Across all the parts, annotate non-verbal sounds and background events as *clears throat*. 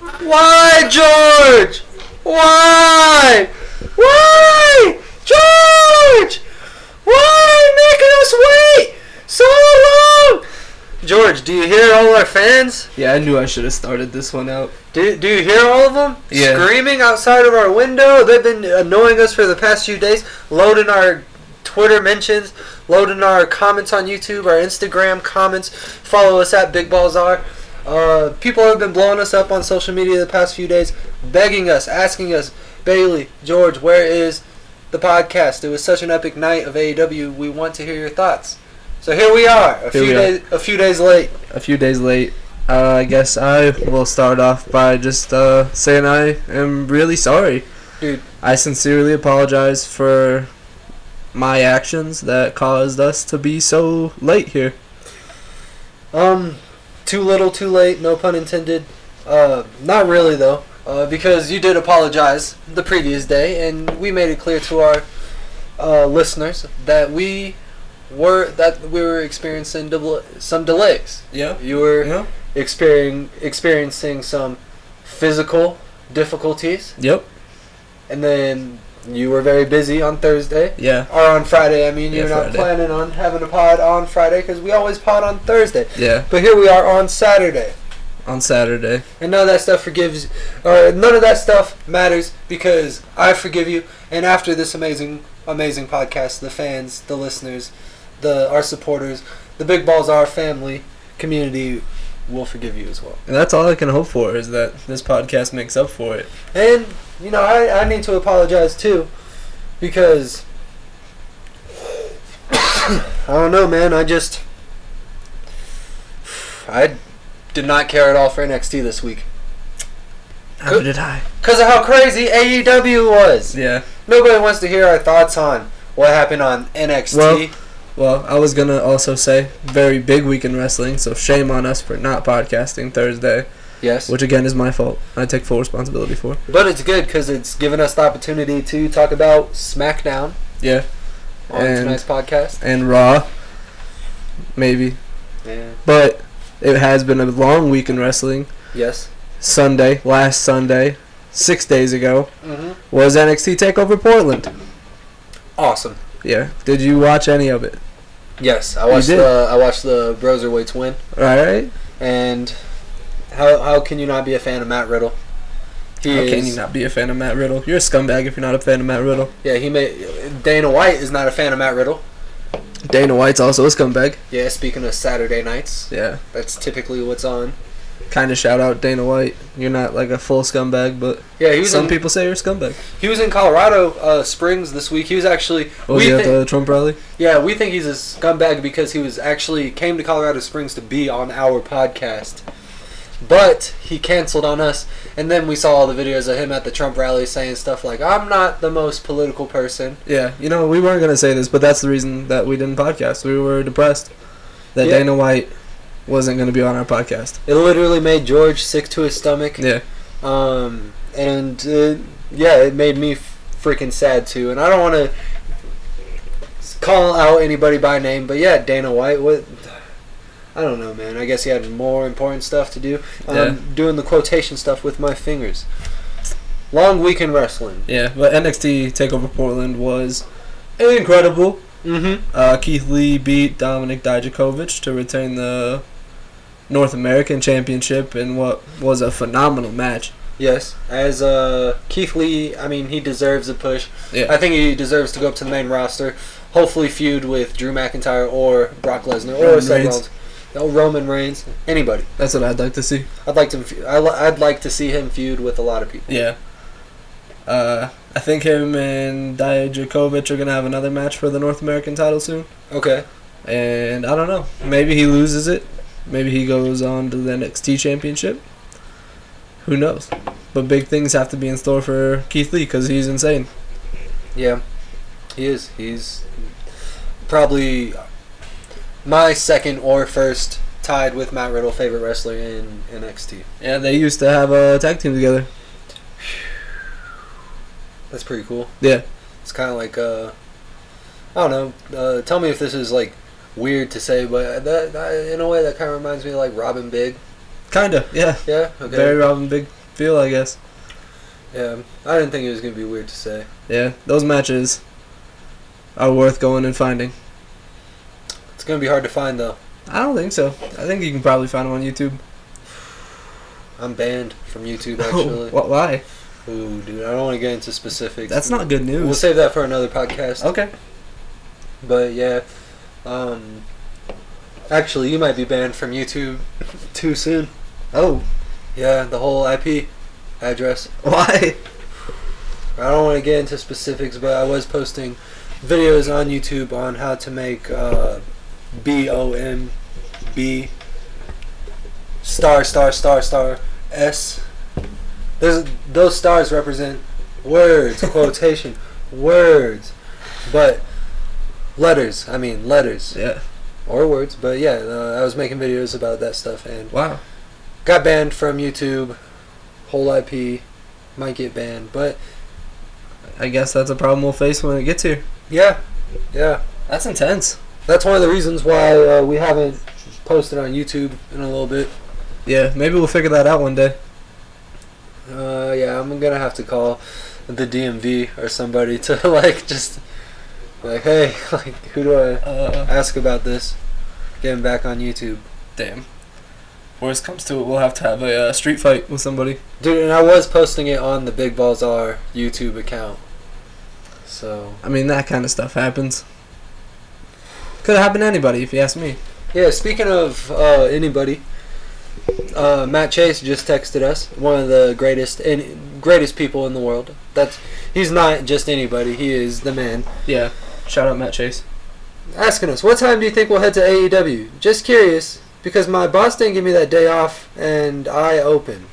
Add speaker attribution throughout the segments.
Speaker 1: Why, George? Why? Why, George? Why making us wait so long? George, do you hear all our fans?
Speaker 2: Yeah, I knew I should have started this one out.
Speaker 1: Do, do you hear all of them
Speaker 2: Yeah.
Speaker 1: screaming outside of our window? They've been annoying us for the past few days, loading our Twitter mentions, loading our comments on YouTube, our Instagram comments. Follow us at Big Balls R. Uh, people have been blowing us up on social media the past few days, begging us, asking us, Bailey, George, where is the podcast? It was such an epic night of AEW. We want to hear your thoughts. So here we are, a
Speaker 2: Here
Speaker 1: few
Speaker 2: we are.
Speaker 1: days, a few days late.
Speaker 2: A few days late. Uh, I guess I will start off by just uh, saying I am really sorry.
Speaker 1: Dude.
Speaker 2: I sincerely apologize for my actions that caused us to be so late here.
Speaker 1: Um, too little, too late. No pun intended. Uh, not really though, uh, because you did apologize the previous day, and we made it clear to our uh, listeners that we were that we were experiencing del- some delays.
Speaker 2: Yeah.
Speaker 1: You were
Speaker 2: Yeah.
Speaker 1: experiencing experiencing some physical difficulties,
Speaker 2: Yep.
Speaker 1: and then you were very busy on Thursday.
Speaker 2: Yeah.
Speaker 1: Or on Friday, I mean,
Speaker 2: Yeah,
Speaker 1: you're not
Speaker 2: Friday.
Speaker 1: planning on having a pod on Friday because we always pod on Thursday.
Speaker 2: Yeah.
Speaker 1: But here we are on Saturday.
Speaker 2: On Saturday.
Speaker 1: And none of that stuff forgives, or none of that stuff matters because I forgive you. And after this amazing, amazing podcast, the fans, the listeners, the our supporters, the Big Balls, our family community will forgive you as well.
Speaker 2: And that's all I can hope for is that this podcast makes up for it.
Speaker 1: And you know, I, I need to apologize too because *coughs* I don't know, man. I just I did not care at all for NXT this week
Speaker 2: How
Speaker 1: Good.
Speaker 2: did I?
Speaker 1: because of how crazy AEW was.
Speaker 2: Yeah.
Speaker 1: Nobody wants to hear our thoughts on what happened on NXT.
Speaker 2: Well- Well, I was gonna also say very big week in wrestling, so shame on us for not podcasting Thursday,
Speaker 1: yes,
Speaker 2: which again is my fault. I take full responsibility for.
Speaker 1: but it's good because it's given us the opportunity to talk about SmackDown
Speaker 2: Yeah.
Speaker 1: on
Speaker 2: And-
Speaker 1: tonight's podcast.
Speaker 2: And Raw, maybe,
Speaker 1: And
Speaker 2: but it has been a long week in wrestling.
Speaker 1: yes.
Speaker 2: Sunday, last Sunday, six days ago,
Speaker 1: Mm-hmm.
Speaker 2: was NXT Takeover Portland.
Speaker 1: Awesome.
Speaker 2: Yeah. Did you watch any of it?
Speaker 1: Yes, I
Speaker 2: You
Speaker 1: watched
Speaker 2: did.
Speaker 1: the I watched the Broserweights win,
Speaker 2: All right.
Speaker 1: and how how can you not be a fan of Matt Riddle? He
Speaker 2: How can
Speaker 1: is-
Speaker 2: you not be a fan of Matt Riddle? You're a scumbag if you're not a fan of Matt Riddle.
Speaker 1: Yeah, he made Dana White is not a fan of Matt Riddle.
Speaker 2: Dana White's also a scumbag.
Speaker 1: Yeah, speaking of Saturday nights,
Speaker 2: Yeah.
Speaker 1: that's typically what's on.
Speaker 2: Kind of shout out Dana White. You're not like a full scumbag, but
Speaker 1: Yeah, he was
Speaker 2: some
Speaker 1: in,
Speaker 2: people say you're a scumbag.
Speaker 1: he was in Colorado uh, Springs this week. He was actually
Speaker 2: Oh, was
Speaker 1: we
Speaker 2: he at
Speaker 1: thi-
Speaker 2: the Trump rally?
Speaker 1: Yeah, we think he's a scumbag because he was actually came to Colorado Springs to be on our podcast. But he canceled on us, and then we saw all the videos of him at the Trump rally saying stuff like, I'm not the most political person.
Speaker 2: Yeah. You know, we weren't going to say this, but that's the reason that we didn't podcast. We were depressed that
Speaker 1: Yeah.
Speaker 2: Dana White wasn't going to be on our podcast.
Speaker 1: It literally made George sick to his stomach.
Speaker 2: Yeah.
Speaker 1: Um, and uh, yeah, it made me f- freaking sad too. And I don't want to call out anybody by name, but yeah, Dana White. What? I don't know, man. I guess he had more important stuff to do. Um,
Speaker 2: Yeah.
Speaker 1: Doing the quotation stuff with my fingers. Long weekend wrestling.
Speaker 2: Yeah. But NXT Takeover Portland was incredible.
Speaker 1: Mm-hmm.
Speaker 2: Uh, Keith Lee beat Dominic Dijakovic to retain the North American Championship in what was a phenomenal match.
Speaker 1: Yes, as uh, Keith Lee, I mean, he deserves a push.
Speaker 2: Yeah.
Speaker 1: I think he deserves to go up to the main roster. Hopefully, feud with Drew McIntyre or Brock Lesnar or
Speaker 2: Roman
Speaker 1: Seth
Speaker 2: Reigns.
Speaker 1: Rollins. No, Roman Reigns. Anybody.
Speaker 2: That's what I'd like to see.
Speaker 1: I'd like to. fe- I li- I'd like to see him feud with a lot of people.
Speaker 2: Yeah. Uh, I think him and Dijakovic are going to have another match for the North American title soon.
Speaker 1: Okay.
Speaker 2: And I don't know. Maybe he loses it. Maybe he goes on to the NXT Championship. Who knows? But big things have to be in store for Keith Lee because he's insane.
Speaker 1: Yeah. He is. He's probably my second or first, tied with Matt Riddle, favorite wrestler in NXT.
Speaker 2: Yeah, they used to have a tag team together.
Speaker 1: That's pretty cool.
Speaker 2: Yeah.
Speaker 1: It's kind of like uh, I don't know. Uh, tell me if this is like weird to say, but that, that in a way that kind of reminds me of like Robin Big.
Speaker 2: Kinda, yeah.
Speaker 1: Yeah. Okay.
Speaker 2: Very Robin Big feel, I guess.
Speaker 1: Yeah, I didn't think it was gonna be weird to say.
Speaker 2: Yeah, those matches are worth going and finding.
Speaker 1: It's gonna be hard to find though.
Speaker 2: I don't think so. I think you can probably find them on YouTube.
Speaker 1: I'm banned from
Speaker 2: *laughs*
Speaker 1: YouTube
Speaker 2: Oh,
Speaker 1: actually.
Speaker 2: Wh- Why?
Speaker 1: Ooh, dude, I don't want to get into specifics.
Speaker 2: That's not good news. Oh.
Speaker 1: We'll save that for another podcast.
Speaker 2: okay.
Speaker 1: But yeah, um, actually, you might be banned from YouTube *laughs* too soon.
Speaker 2: Oh, *laughs*
Speaker 1: Yeah, the whole IP address.
Speaker 2: why?
Speaker 1: I don't want to get into specifics, but I was posting videos on YouTube on how to make uh, B O M B star star star star S. There's, those stars represent words, quotation words, but letters. I mean letters
Speaker 2: Yeah.
Speaker 1: or words. But yeah, uh, I was making videos about that stuff and
Speaker 2: Wow.
Speaker 1: got banned from YouTube. Whole IP might get banned, but
Speaker 2: I guess that's a problem we'll face when it gets here.
Speaker 1: yeah, yeah.
Speaker 2: That's intense.
Speaker 1: That's one of the reasons why uh, we haven't posted on YouTube in a little bit.
Speaker 2: Yeah, maybe we'll figure that out one day.
Speaker 1: Uh, yeah, I'm gonna have to call the DMV or somebody to *laughs* like just like, hey, *laughs* like who do I
Speaker 2: Uh,
Speaker 1: ask about this? Getting back on YouTube,
Speaker 2: damn. Worst comes to it, we'll have to have a uh, street fight with somebody.
Speaker 1: dude. And I was posting it on the Big Balls R YouTube account, so
Speaker 2: I mean, that kind of stuff happens. Could have happened to anybody, if you ask me.
Speaker 1: Yeah, speaking of uh, anybody, uh, Matt Chase just texted us. One of the greatest and greatest people in the world. That's he's not just anybody. He is the man.
Speaker 2: Yeah. Shout out Matt Chase.
Speaker 1: Asking us, what time do you think we'll head to AEW? Just curious because my boss didn't give me that day off, and I open.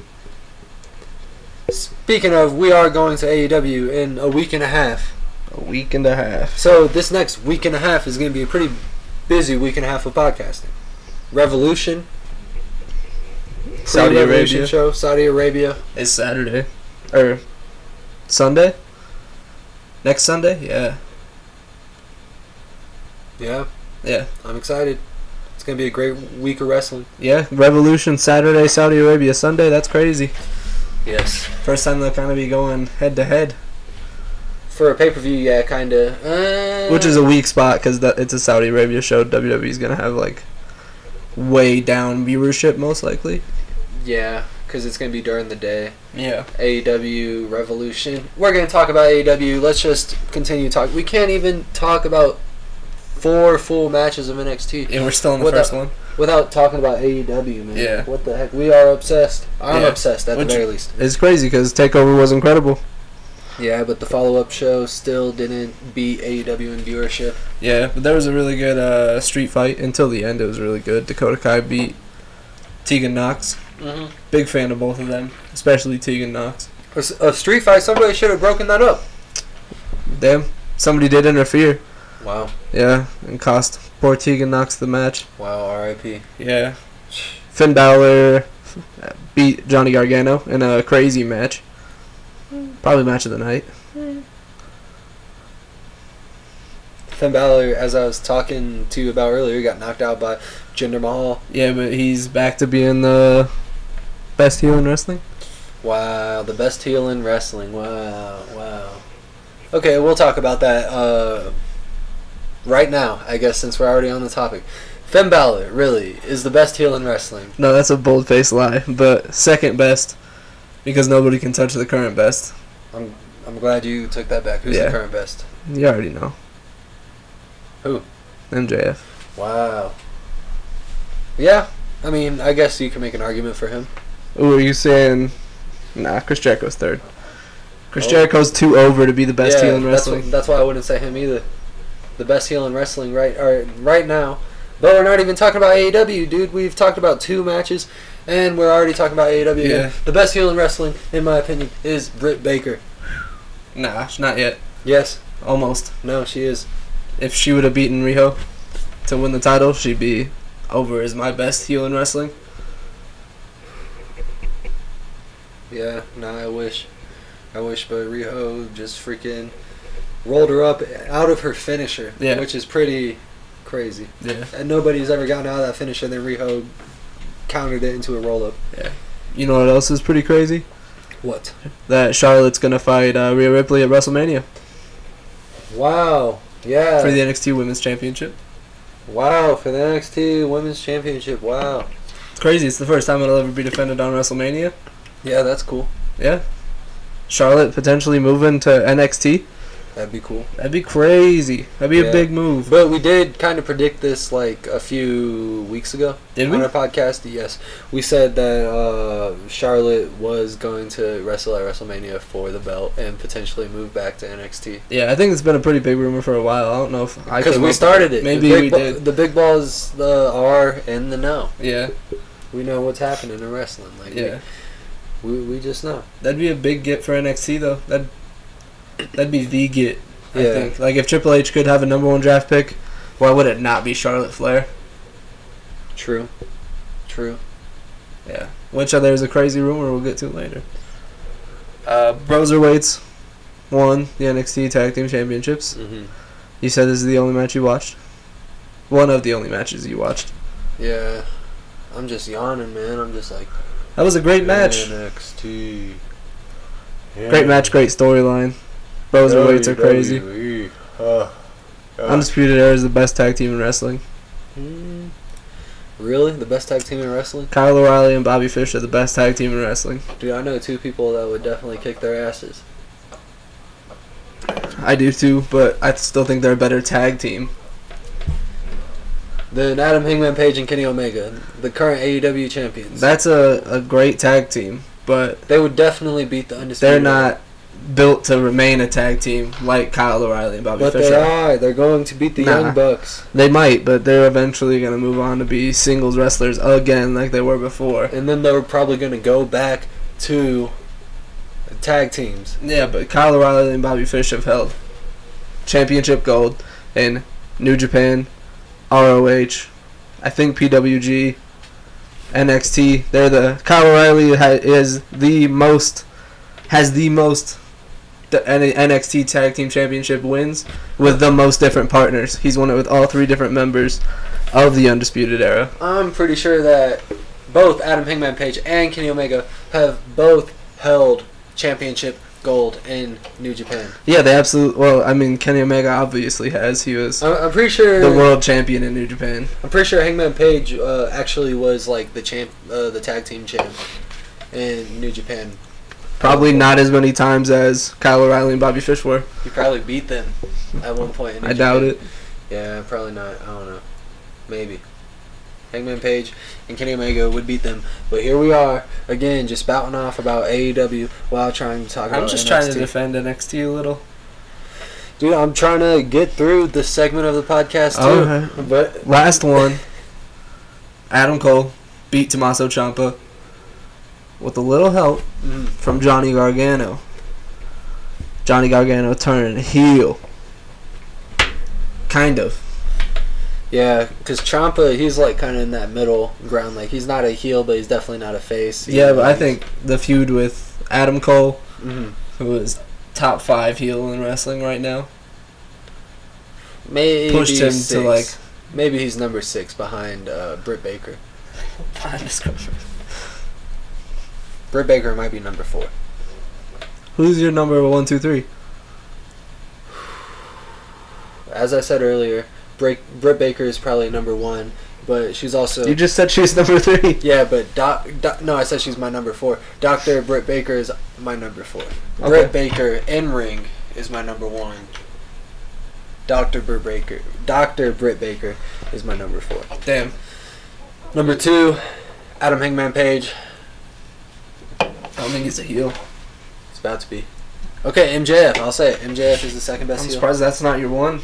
Speaker 1: Speaking of, we are going to AEW in a week and a half.
Speaker 2: A week and a half.
Speaker 1: So this next week and a half is going to be a pretty busy week and a half of podcasting. Revolution,
Speaker 2: Saudi
Speaker 1: Pre-Revolution
Speaker 2: Arabia
Speaker 1: show, Saudi Arabia.
Speaker 2: is Saturday. Or Sunday? Next Sunday? Yeah.
Speaker 1: Yeah,
Speaker 2: Yeah.
Speaker 1: I'm excited. It's gonna be a great week of wrestling.
Speaker 2: Yeah. Revolution Saturday, Saudi Arabia Sunday. That's crazy.
Speaker 1: Yes.
Speaker 2: First time they'll kind of be going head to head,
Speaker 1: For a pay per view, yeah, kind of. Uh,
Speaker 2: which is a weak spot because it's a Saudi Arabia show. WWE's going to have like way down viewership most likely.
Speaker 1: yeah, because it's gonna be during the day.
Speaker 2: Yeah.
Speaker 1: AEW Revolution. We're gonna talk about AEW. Let's just continue talking. We can't even talk about four full matches of NXT
Speaker 2: And we're still on the
Speaker 1: What
Speaker 2: first
Speaker 1: the-
Speaker 2: one.
Speaker 1: without talking about AEW, man.
Speaker 2: Yeah.
Speaker 1: What the heck? We are obsessed. I'm
Speaker 2: Yeah.
Speaker 1: obsessed at
Speaker 2: Which-
Speaker 1: the very least.
Speaker 2: It's crazy because Takeover was incredible.
Speaker 1: Yeah, but the follow up show still didn't beat AEW in viewership.
Speaker 2: Yeah, but there was a really good uh, street fight until the end. It was really good. Dakota Kai beat Tegan Knox.
Speaker 1: Mm-hmm.
Speaker 2: Big fan of both of them, especially Tegan Knox.
Speaker 1: A s- A street fight. Somebody should have broken that up.
Speaker 2: Damn, somebody did interfere.
Speaker 1: Wow.
Speaker 2: Yeah, and cost poor Tegan Knox the match.
Speaker 1: Wow. R.I.P.
Speaker 2: Yeah. Finn Balor uh, beat Johnny Gargano in a crazy match. Probably match of the night.
Speaker 1: Finn Balor, as I was talking to you about earlier, got knocked out by Jinder Mahal.
Speaker 2: Yeah, but he's back to being the best heel in wrestling.
Speaker 1: Wow. The best heel in wrestling. Wow. Wow. Okay, we'll talk about that uh, right now. I guess since we're already on the topic, Finn Balor really is the best heel in wrestling.
Speaker 2: No, that's a bold faced lie, but second best because nobody can touch the current best.
Speaker 1: I'm I'm glad you took that back. Who's
Speaker 2: Yeah.
Speaker 1: the current best?
Speaker 2: You already know.
Speaker 1: Who?
Speaker 2: MJF.
Speaker 1: Wow. Yeah. I mean, I guess you can make an argument for him.
Speaker 2: Ooh, are you saying? Nah, Chris Jericho's third. Chris
Speaker 1: Oh.
Speaker 2: Jericho's too over to be the best
Speaker 1: Yeah,
Speaker 2: heel in
Speaker 1: that's wh-
Speaker 2: wrestling.
Speaker 1: That's, why I wouldn't say him either. The best heel in wrestling right or right now. But we're not even talking about AEW, dude. We've talked about two matches, and we're already talking about AEW. again.
Speaker 2: Yeah.
Speaker 1: The best heel in wrestling, in my opinion, is Britt Baker.
Speaker 2: Nah, not yet.
Speaker 1: Yes.
Speaker 2: Almost.
Speaker 1: No, she is.
Speaker 2: If she would have beaten Riho to win the title, she'd be over as my best heel in wrestling.
Speaker 1: Yeah. Nah, I wish. I wish, but Riho just freaking rolled her up out of her finisher,
Speaker 2: Yeah.
Speaker 1: which is pretty crazy.
Speaker 2: Yeah.
Speaker 1: And nobody's ever gotten out of that finisher, and then Riho countered it into a roll up.
Speaker 2: You know what else is pretty crazy?
Speaker 1: What?
Speaker 2: that Charlotte's gonna fight uh, Rhea Ripley at WrestleMania
Speaker 1: Wow. Yeah.
Speaker 2: for the NXT Women's Championship.
Speaker 1: wow for the NXT Women's Championship. Wow.
Speaker 2: It's crazy. It's the first time it'll ever be defended on WrestleMania.
Speaker 1: Yeah, that's cool.
Speaker 2: Yeah, Charlotte potentially moving to NXT.
Speaker 1: That'd be cool.
Speaker 2: That'd be crazy. That'd be
Speaker 1: Yeah.
Speaker 2: a big move.
Speaker 1: But we did kind of predict this like a few weeks ago
Speaker 2: Did
Speaker 1: on
Speaker 2: we?
Speaker 1: our podcast. Yes, we said that uh, Charlotte was going to wrestle at WrestleMania for the belt and potentially move back to NXT
Speaker 2: Yeah, I think it's been a pretty big rumor for a while. I don't know if I
Speaker 1: because
Speaker 2: came
Speaker 1: we
Speaker 2: up-
Speaker 1: started it.
Speaker 2: Maybe
Speaker 1: the big
Speaker 2: we
Speaker 1: ba-
Speaker 2: did.
Speaker 1: The big balls the are in the know.
Speaker 2: Yeah,
Speaker 1: We know what's happening in wrestling. Like we-
Speaker 2: yeah.
Speaker 1: we, we just know.
Speaker 2: That'd be a big get for NXT though. That that'd be the get. I
Speaker 1: Yeah.
Speaker 2: think. Like if Triple H could have a number one draft pick, why would it not be Charlotte Flair?
Speaker 1: True. True.
Speaker 2: Yeah. Which uh, there's a crazy rumor we'll get to later. Uh, Broserweights won the NXT Tag Team Championships.
Speaker 1: hmm
Speaker 2: You said this is the only match you watched. One of the only matches you watched.
Speaker 1: Yeah. I'm just yawning, man. I'm just like
Speaker 2: That was a great match.
Speaker 1: NXT.
Speaker 2: Great match, great storyline. Broserweights are
Speaker 1: E.
Speaker 2: crazy.
Speaker 1: WWE. Uh, uh.
Speaker 2: Undisputed Era is the best tag team in wrestling.
Speaker 1: Hmm. Really? The best tag team in wrestling?
Speaker 2: Kyle O'Reilly and Bobby Fish are the best tag team in wrestling.
Speaker 1: Dude, I know two people that would definitely kick their asses.
Speaker 2: I do too, but I still think they're a better tag team.
Speaker 1: Then Adam Hangman Page and Kenny Omega, the current AEW champions.
Speaker 2: That's a, a great tag team, but
Speaker 1: they would definitely beat the Undisputed.
Speaker 2: they're
Speaker 1: Era.
Speaker 2: not built to remain a tag team like Kyle O'Reilly and Bobby
Speaker 1: But
Speaker 2: Fischer.
Speaker 1: they are. They're going to beat the
Speaker 2: Nah.
Speaker 1: Young Bucks.
Speaker 2: They might, but they're eventually going to move on to be singles wrestlers again like they were before.
Speaker 1: And then they're probably going to go back to tag teams.
Speaker 2: Yeah, but Kyle O'Reilly and Bobby Fish have held championship gold in New Japan, ROH, I think PWG, NXT. They're the Kyle O'Reilly ha, is the most has the most the N- NXT Tag Team Championship wins with the most different partners. He's won it with all three different members of the Undisputed Era.
Speaker 1: I'm pretty sure that both Adam Hangman Page and Kenny Omega have both held championship gold in New Japan.
Speaker 2: Yeah, they absolutely. Well, I mean, Kenny Omega obviously has. He was
Speaker 1: I'm, I'm pretty sure.
Speaker 2: the world champion in New Japan.
Speaker 1: I'm pretty sure Hangman Page uh, actually was like the champ, uh, the tag team champ in New Japan.
Speaker 2: Probably not as many times as Kyle O'Reilly and Bobby Fish were.
Speaker 1: He probably beat them at one point. In New
Speaker 2: I doubt
Speaker 1: Japan.
Speaker 2: it.
Speaker 1: Yeah, probably not. I don't know. Maybe. Hangman Page and Kenny Omega would beat them, but here we are again, just spouting off about AEW while trying to talk about. NXT.
Speaker 2: defend NXT a little.
Speaker 1: Dude, I'm trying to get through this segment of the podcast too.
Speaker 2: Oh, Okay.
Speaker 1: But
Speaker 2: Last one. Adam Cole beat Tommaso Ciampa with a little help
Speaker 1: mm,
Speaker 2: from Johnny Gargano. Johnny Gargano turned heel. Kind of.
Speaker 1: yeah, because Champa, he's like kind of in that middle ground. Like he's not a heel, but he's definitely not a face.
Speaker 2: Yeah, but I think the feud with Adam Cole,
Speaker 1: hmm
Speaker 2: who is top five heel in wrestling right now,
Speaker 1: maybe
Speaker 2: pushed him
Speaker 1: six.
Speaker 2: to like
Speaker 1: maybe he's number six behind uh, Britt Baker. Britt Baker might be number four.
Speaker 2: Who's your number one, two, three?
Speaker 1: As I said earlier, Britt, Britt Baker is probably number one, but she's also
Speaker 2: You just said she's number three.
Speaker 1: yeah. But doc, doc, no, I said she's my number four. Doctor Britt Baker is my number four. Britt Baker in ring is my number one. Doctor Britt Baker, Doctor Britt Baker is my number four.
Speaker 2: Damn.
Speaker 1: Number two, Adam Hangman Page.
Speaker 2: I don't think he's a heel.
Speaker 1: It's about to be. Okay, MJF. I'll say it. MJF is the second best
Speaker 2: I'm
Speaker 1: heel.
Speaker 2: surprised that's not your one.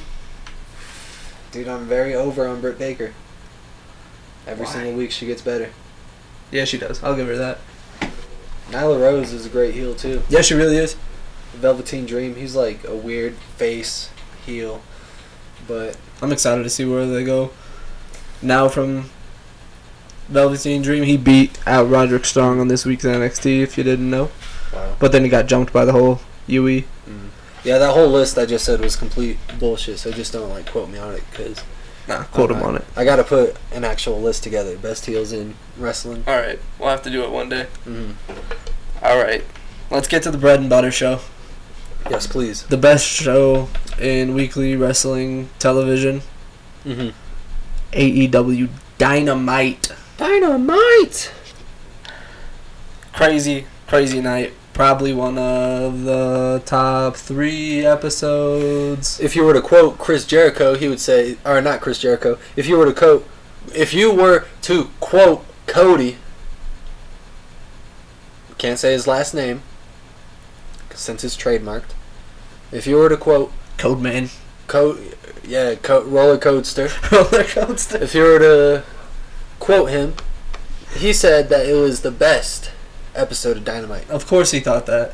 Speaker 1: Dude, I'm very over on Britt Baker. Every
Speaker 2: Why?
Speaker 1: single week she gets better.
Speaker 2: Yeah, she does. I'll give her that.
Speaker 1: Nyla Rose is a great heel too.
Speaker 2: Yeah, she really is.
Speaker 1: Velveteen Dream, he's like a weird face heel, but
Speaker 2: I'm excited to see where they go. Now from Velveteen Dream, he beat out Roderick Strong on this week's NXT. If you didn't know,
Speaker 1: wow.
Speaker 2: but then he got jumped by the whole E. UE.
Speaker 1: Yeah, that whole list I just said was complete bullshit. So just don't like quote me on it because
Speaker 2: Nah, quote him on it.
Speaker 1: I gotta put an actual list together. Best heels in wrestling.
Speaker 2: All right, we'll have to do it one day.
Speaker 1: Mm.
Speaker 2: All right, Let's get to the bread and butter show.
Speaker 1: Yes, please.
Speaker 2: The best show in weekly wrestling television.
Speaker 1: Mm-hmm.
Speaker 2: AEW Dynamite.
Speaker 1: Dynamite.
Speaker 2: Crazy, crazy night. Probably one of the top three episodes.
Speaker 1: If you were to quote Chris Jericho, he would say, or not Chris Jericho. If you were to quote, if you were to quote Cody, can't say his last name 'cause since it's trademarked. If you were to quote
Speaker 2: Codeman.
Speaker 1: Co yeah, co- Roller Coaster.
Speaker 2: *laughs* Roller coaster.
Speaker 1: If you were to quote him, he said that it was the best episode of Dynamite.
Speaker 2: Of course he thought that.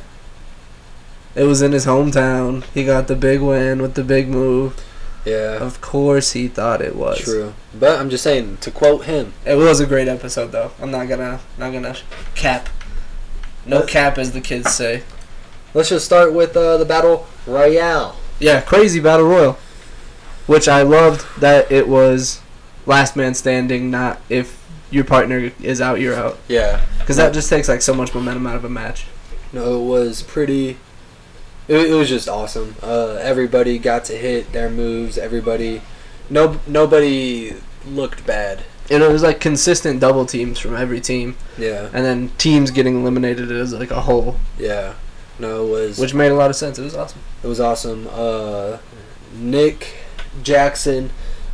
Speaker 2: It was in his hometown. He got the big win with the big move.
Speaker 1: Yeah,
Speaker 2: Of course he thought it was.
Speaker 1: true. But I'm just saying, to quote him,
Speaker 2: It was a great episode though. I'm not gonna not gonna cap. No cap as the kids say.
Speaker 1: let's just start with uh, the battle royale.
Speaker 2: Yeah, crazy battle royal. Which I loved that it was last man standing, not if your partner is out, you're out.
Speaker 1: Yeah,
Speaker 2: Because that just takes like so much momentum out of a match.
Speaker 1: no, it was pretty. It, it was just awesome. Uh, everybody got to hit their moves. Everybody, no, nobody looked bad.
Speaker 2: And it was like consistent double teams from every team,
Speaker 1: Yeah,
Speaker 2: and then teams getting eliminated as like a whole,
Speaker 1: yeah. No, it was.
Speaker 2: which made a lot of sense. It was awesome.
Speaker 1: It was awesome. Uh, Nick Jackson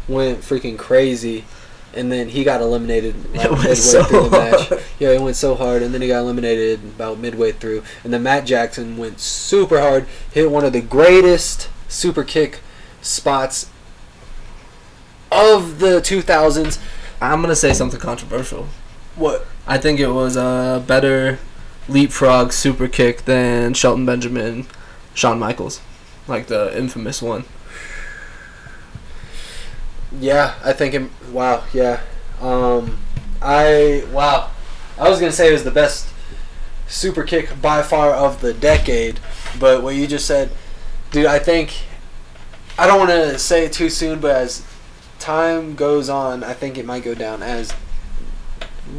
Speaker 1: went freaking crazy, and then he got eliminated like,
Speaker 2: *laughs* *laughs* It went
Speaker 1: midway
Speaker 2: so
Speaker 1: through the match.
Speaker 2: hard.
Speaker 1: Yeah, he went so hard, and then he got eliminated about midway through. And then Matt Jackson went super hard, hit one of the greatest super kick spots of the 2000s.
Speaker 2: *laughs* I'm gonna say something controversial.
Speaker 1: What?
Speaker 2: I think it was a better leapfrog super kick than Shelton Benjamin, Shawn Michaels, like the infamous one.
Speaker 1: Yeah, I think it. Wow. Yeah. Um, I wow. I was gonna say it was the best super kick by far of the decade, but what you just said, dude. I think I don't want to say it too soon, but as time goes on, I think it might go down as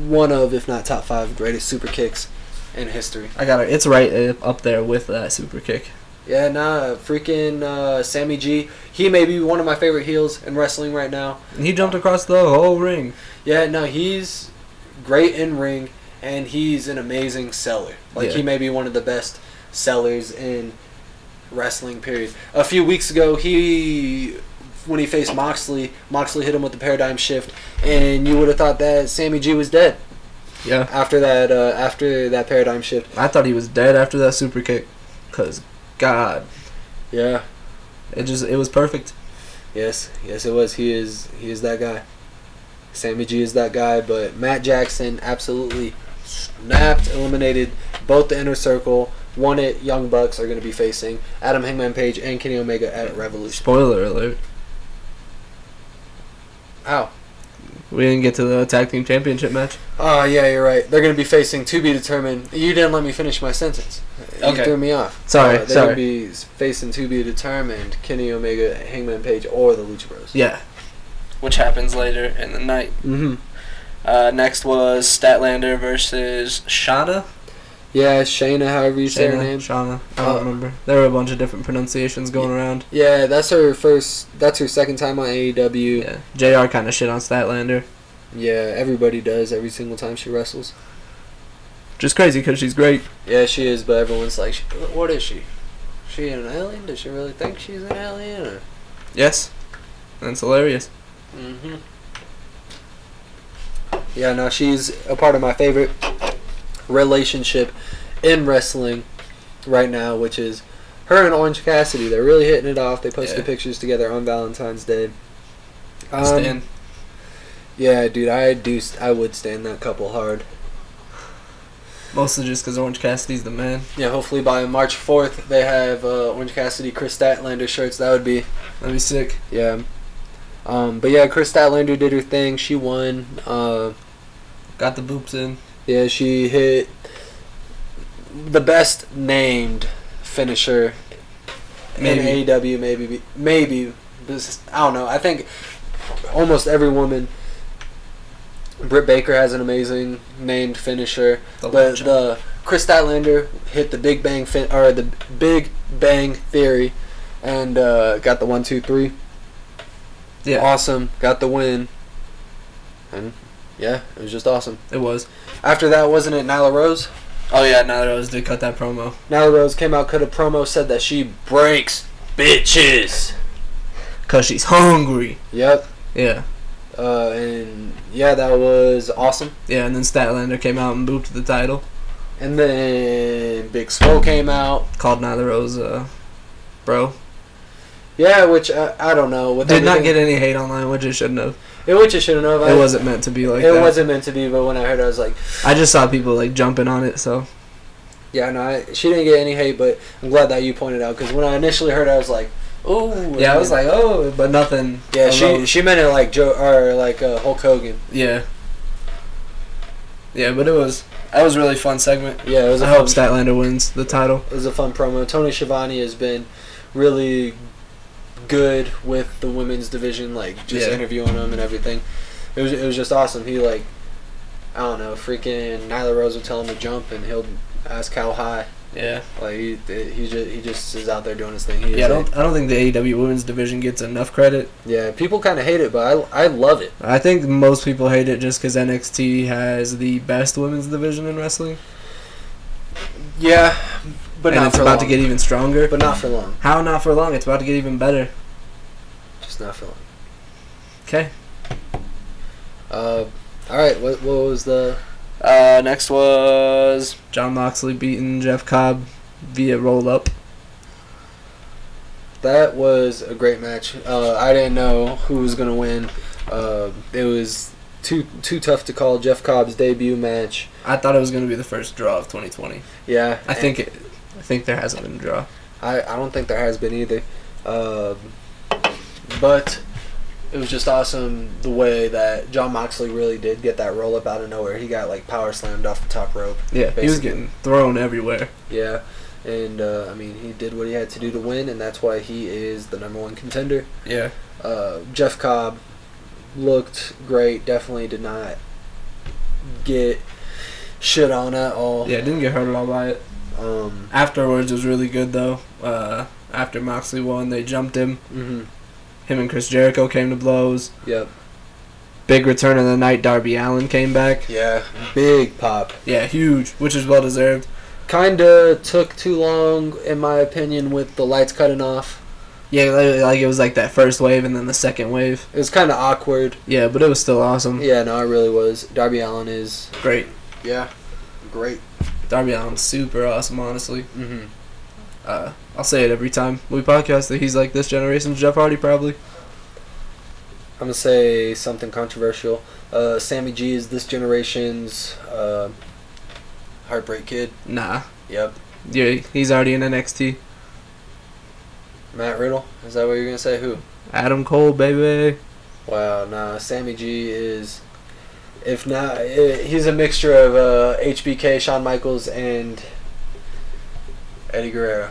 Speaker 1: one of, if not top five, greatest super kicks in history.
Speaker 2: I got it. It's right up- up there with that super kick.
Speaker 1: Yeah, nah, freaking uh, Sammy G. He may be one of my favorite heels in wrestling right now.
Speaker 2: And he jumped across the whole ring.
Speaker 1: Yeah, no, he's great in ring, and he's an amazing seller. Like
Speaker 2: Yeah.
Speaker 1: he may be one of the best sellers in wrestling. Period. A few weeks ago, he when he faced Moxley, Moxley hit him with the paradigm shift, and you would have thought that Sammy G was dead
Speaker 2: Yeah.
Speaker 1: after that. Uh, after that paradigm shift.
Speaker 2: I thought he was dead after that super kick, cause God,
Speaker 1: Yeah.
Speaker 2: it just it was perfect.
Speaker 1: Yes. Yes, it was. He is. He is that guy. Sammy G is that guy, but Matt Jackson absolutely snapped, eliminated both the inner circle. Won it. Young Bucks are going to be facing Adam Hangman Page and Kenny Omega at Revolution.
Speaker 2: Spoiler alert:
Speaker 1: How?
Speaker 2: we didn't get to the tag team championship match.
Speaker 1: Oh yeah, you're right. They're going to be facing to be determined. You didn't let me finish my sentence. You
Speaker 2: Okay.
Speaker 1: threw me off. Uh,
Speaker 2: Sorry,
Speaker 1: they're
Speaker 2: sorry.
Speaker 1: going to be facing to be determined Kenny Omega, Hangman Page, or the Lucha Bros.
Speaker 2: Yeah. Which happens later in the night.
Speaker 1: Mm-hmm.
Speaker 2: Uh, next was Statlander versus Shana.
Speaker 1: Yeah, Shayna, however you say her name.
Speaker 2: Shauna. I don't
Speaker 1: Uh,
Speaker 2: remember. There were a bunch of different pronunciations going around.
Speaker 1: Yeah, that's her first. That's her second time on E AEW. Yeah.
Speaker 2: Yeah. JR kind of shit on Statlander.
Speaker 1: everybody does every single time she wrestles.
Speaker 2: Just crazy because she's great.
Speaker 1: Yeah, she is, but everyone's like, "Wh- "What is she? She an alien? Does she really think she's an alien?" Or?
Speaker 2: Yes. And it's hilarious.
Speaker 1: Mm-hmm. Yeah, no, she's a part of my favorite relationship in wrestling right now, which is her and Orange Cassidy. They're really hitting it off. They posted
Speaker 2: Yeah.
Speaker 1: pictures together on Valentine's Day. Um,
Speaker 2: Stan.
Speaker 1: Yeah, dude, I do. st- I would stand that couple hard.
Speaker 2: Mostly just because Orange Cassidy's the man.
Speaker 1: Yeah, hopefully by March 4th they have uh, Orange Cassidy, Chris Statlander shirts. That would be
Speaker 2: That'd be sick.
Speaker 1: yeah. Um, but yeah, Chris Statlander did her thing. She won. Uh,
Speaker 2: Got the boops in.
Speaker 1: yeah, she hit the best named finisher
Speaker 2: Maybe.
Speaker 1: in AEW. Maybe maybe this is- I don't know. I think almost every woman. Britt Baker has an amazing named finisher.
Speaker 2: The
Speaker 1: But
Speaker 2: Lockjaw.
Speaker 1: the Chris Statlander hit the Big Bang fin- or the Big Bang Theory, and uh, got the one, two, three.
Speaker 2: Yeah,
Speaker 1: Awesome, got the win, and yeah, it was just awesome.
Speaker 2: it was.
Speaker 1: After that, wasn't it Nyla Rose?
Speaker 2: Oh yeah, now that I was did cut that promo.
Speaker 1: Nyla Rose came out, cut a promo, said that she breaks bitches.
Speaker 2: Cause she's hungry.
Speaker 1: Yep,
Speaker 2: Yeah,
Speaker 1: uh, and yeah, that was awesome.
Speaker 2: yeah. And then Statlander came out and booped the title,
Speaker 1: And then Big Swole came out.
Speaker 2: called Nyla Rose, uh, bro.
Speaker 1: Yeah, which I, I don't know. With
Speaker 2: Did not
Speaker 1: everything-
Speaker 2: get any hate online, which it shouldn't have.
Speaker 1: it, which it shouldn't have. I-
Speaker 2: It wasn't meant to be like
Speaker 1: it
Speaker 2: that.
Speaker 1: wasn't meant to be, but when I heard, it, I was like,
Speaker 2: I just saw people like jumping on it, so
Speaker 1: yeah, no, I, she didn't get any hate, but I'm glad that you pointed out because when I initially heard, it, I was like, ooh,
Speaker 2: yeah, I was like, oh, but nothing.
Speaker 1: yeah, she
Speaker 2: alone.
Speaker 1: she meant it like Joe or like uh, Hulk Hogan.
Speaker 2: yeah, yeah. But it was that was a really fun segment.
Speaker 1: Yeah, it was a
Speaker 2: I
Speaker 1: fun,
Speaker 2: hope Statlander wins the title.
Speaker 1: it was a fun promo. Tony Schiavone has been really good with the women's division, like just
Speaker 2: Yeah.
Speaker 1: interviewing them and everything. It was it was just awesome. He like, I don't know, freaking Nyla Rose would tell him to jump, and he'll ask how high.
Speaker 2: Yeah,
Speaker 1: Like he he just he just is out there doing his thing. He is
Speaker 2: yeah. I
Speaker 1: a-
Speaker 2: don't I don't think the AEW women's division gets enough credit.
Speaker 1: Yeah, people kind of hate it, but I, I love it.
Speaker 2: I think most people hate it just because NXT has the best women's division in wrestling,
Speaker 1: Yeah, but
Speaker 2: and
Speaker 1: not
Speaker 2: it's
Speaker 1: for
Speaker 2: about
Speaker 1: long.
Speaker 2: to get even stronger.
Speaker 1: but not for long.
Speaker 2: How not for long? It's about to get even better.
Speaker 1: Just not for long.
Speaker 2: Okay.
Speaker 1: Uh, all right. What, what was the?
Speaker 2: Uh, next was John Moxley beating Jeff Cobb via roll up.
Speaker 1: That was a great match. Uh, I didn't know who was gonna win. Uh, it was too too tough to call. Jeff Cobb's debut match.
Speaker 2: I thought it was going to be the first draw of 2020.
Speaker 1: Yeah,
Speaker 2: I think it, I think there hasn't been a draw.
Speaker 1: I, I don't think there has been either. Uh, but it was just awesome the way that John Moxley really did get that roll up out of nowhere. He got like power slammed off the top rope.
Speaker 2: Yeah, he was
Speaker 1: Basically.
Speaker 2: getting thrown everywhere.
Speaker 1: Yeah, and uh, I mean he did what he had to do to win, and that's why he is the number one contender.
Speaker 2: Yeah,
Speaker 1: Uh, Jeff Cobb looked great. Definitely did not get shit on at all.
Speaker 2: yeah, didn't get hurt at all by it.
Speaker 1: Um.
Speaker 2: Afterwards was really good though. Uh, after Moxley won, they jumped him.
Speaker 1: hmm
Speaker 2: Him and Chris Jericho came to blows.
Speaker 1: Yep.
Speaker 2: Big return of the night. Darby Allen came back.
Speaker 1: Yeah. Big pop.
Speaker 2: Yeah, huge, which is well deserved.
Speaker 1: Kinda took too long, in my opinion, with the lights cutting off.
Speaker 2: Yeah, like, like it was like that first wave and then the second wave.
Speaker 1: It was kind of awkward.
Speaker 2: Yeah, but it was still awesome.
Speaker 1: Yeah, no, it really was. Darby Allen is.
Speaker 2: Great.
Speaker 1: Yeah, great.
Speaker 2: Darby Allen's super awesome, honestly.
Speaker 1: hmm
Speaker 2: Uh, I'll say it every time we podcast that he's like this generation's Jeff Hardy, probably.
Speaker 1: I'm gonna say something controversial. Uh, Sammy G is this generation's uh, heartbreak kid.
Speaker 2: Nah,
Speaker 1: Yep.
Speaker 2: yeah, he's already in NXT.
Speaker 1: Matt Riddle. Is that what you're gonna say? Who?
Speaker 2: Adam Cole, baby.
Speaker 1: Wow. Nah. Sammy G is, if not, eh, he's a mixture of uh, HBK, Shawn Michaels, and Eddie Guerrero.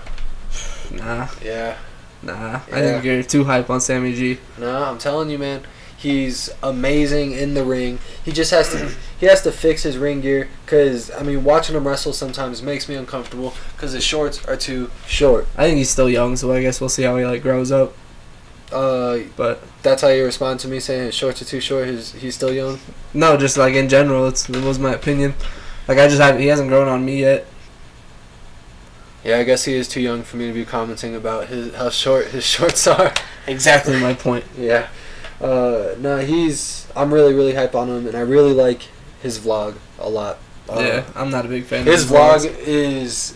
Speaker 2: Nah,
Speaker 1: Yeah.
Speaker 2: nah. I
Speaker 1: Yeah.
Speaker 2: think you're too hype on Sammy G.
Speaker 1: No, I'm telling you, man. He's amazing in the ring. He just has to *clears throat* he has to fix his ring gear because I mean, watching him wrestle sometimes makes me uncomfortable because his shorts are too short.
Speaker 2: I think he's still young, so I guess we'll see how he like grows up.
Speaker 1: Uh,
Speaker 2: But
Speaker 1: that's how you respond to me saying his shorts are too short. His, he's still young.
Speaker 2: no, just like in general, it's, it was my opinion. Like I just have he hasn't grown on me yet.
Speaker 1: Yeah, I guess he is too young for me to be commenting about his how short his *laughs* shorts are.
Speaker 2: Exactly my point.
Speaker 1: Yeah. Uh, no, he's I'm really really hype on him, and I really like his vlog a lot. *laughs* Uh,
Speaker 2: yeah, I'm not a big fan.
Speaker 1: His
Speaker 2: of
Speaker 1: vlog is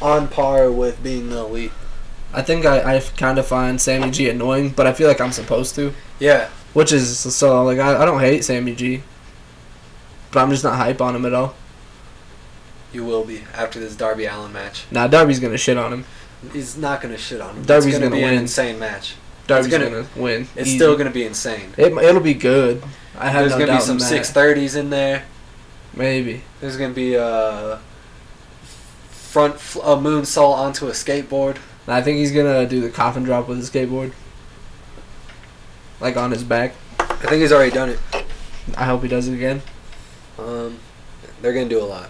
Speaker 1: on par with being the elite.
Speaker 2: I think I, I kind of find Sammy G annoying, but I feel like I'm supposed to,
Speaker 1: Yeah.
Speaker 2: which is so like I, I don't hate Sammy G, but I'm just not hype on him at all.
Speaker 1: You will be after this Darby Allen match.
Speaker 2: Now Darby's gonna shit on him.
Speaker 1: He's not gonna shit on him.
Speaker 2: Darby's
Speaker 1: it's gonna,
Speaker 2: gonna
Speaker 1: be
Speaker 2: win.
Speaker 1: an insane match.
Speaker 2: Darby's
Speaker 1: gonna-
Speaker 2: gonna, win.
Speaker 1: It's
Speaker 2: Easy.
Speaker 1: still gonna be insane.
Speaker 2: It, it'll be good. I have
Speaker 1: There's
Speaker 2: no
Speaker 1: gonna
Speaker 2: doubt
Speaker 1: be some
Speaker 2: in that.
Speaker 1: six thirties in there.
Speaker 2: Maybe.
Speaker 1: There's gonna be a front fl- a moonsault onto a skateboard.
Speaker 2: And I think he's gonna do the coffin drop with his skateboard, like on his back.
Speaker 1: I think he's already done it.
Speaker 2: I hope he does it again.
Speaker 1: Um, they're gonna do a lot.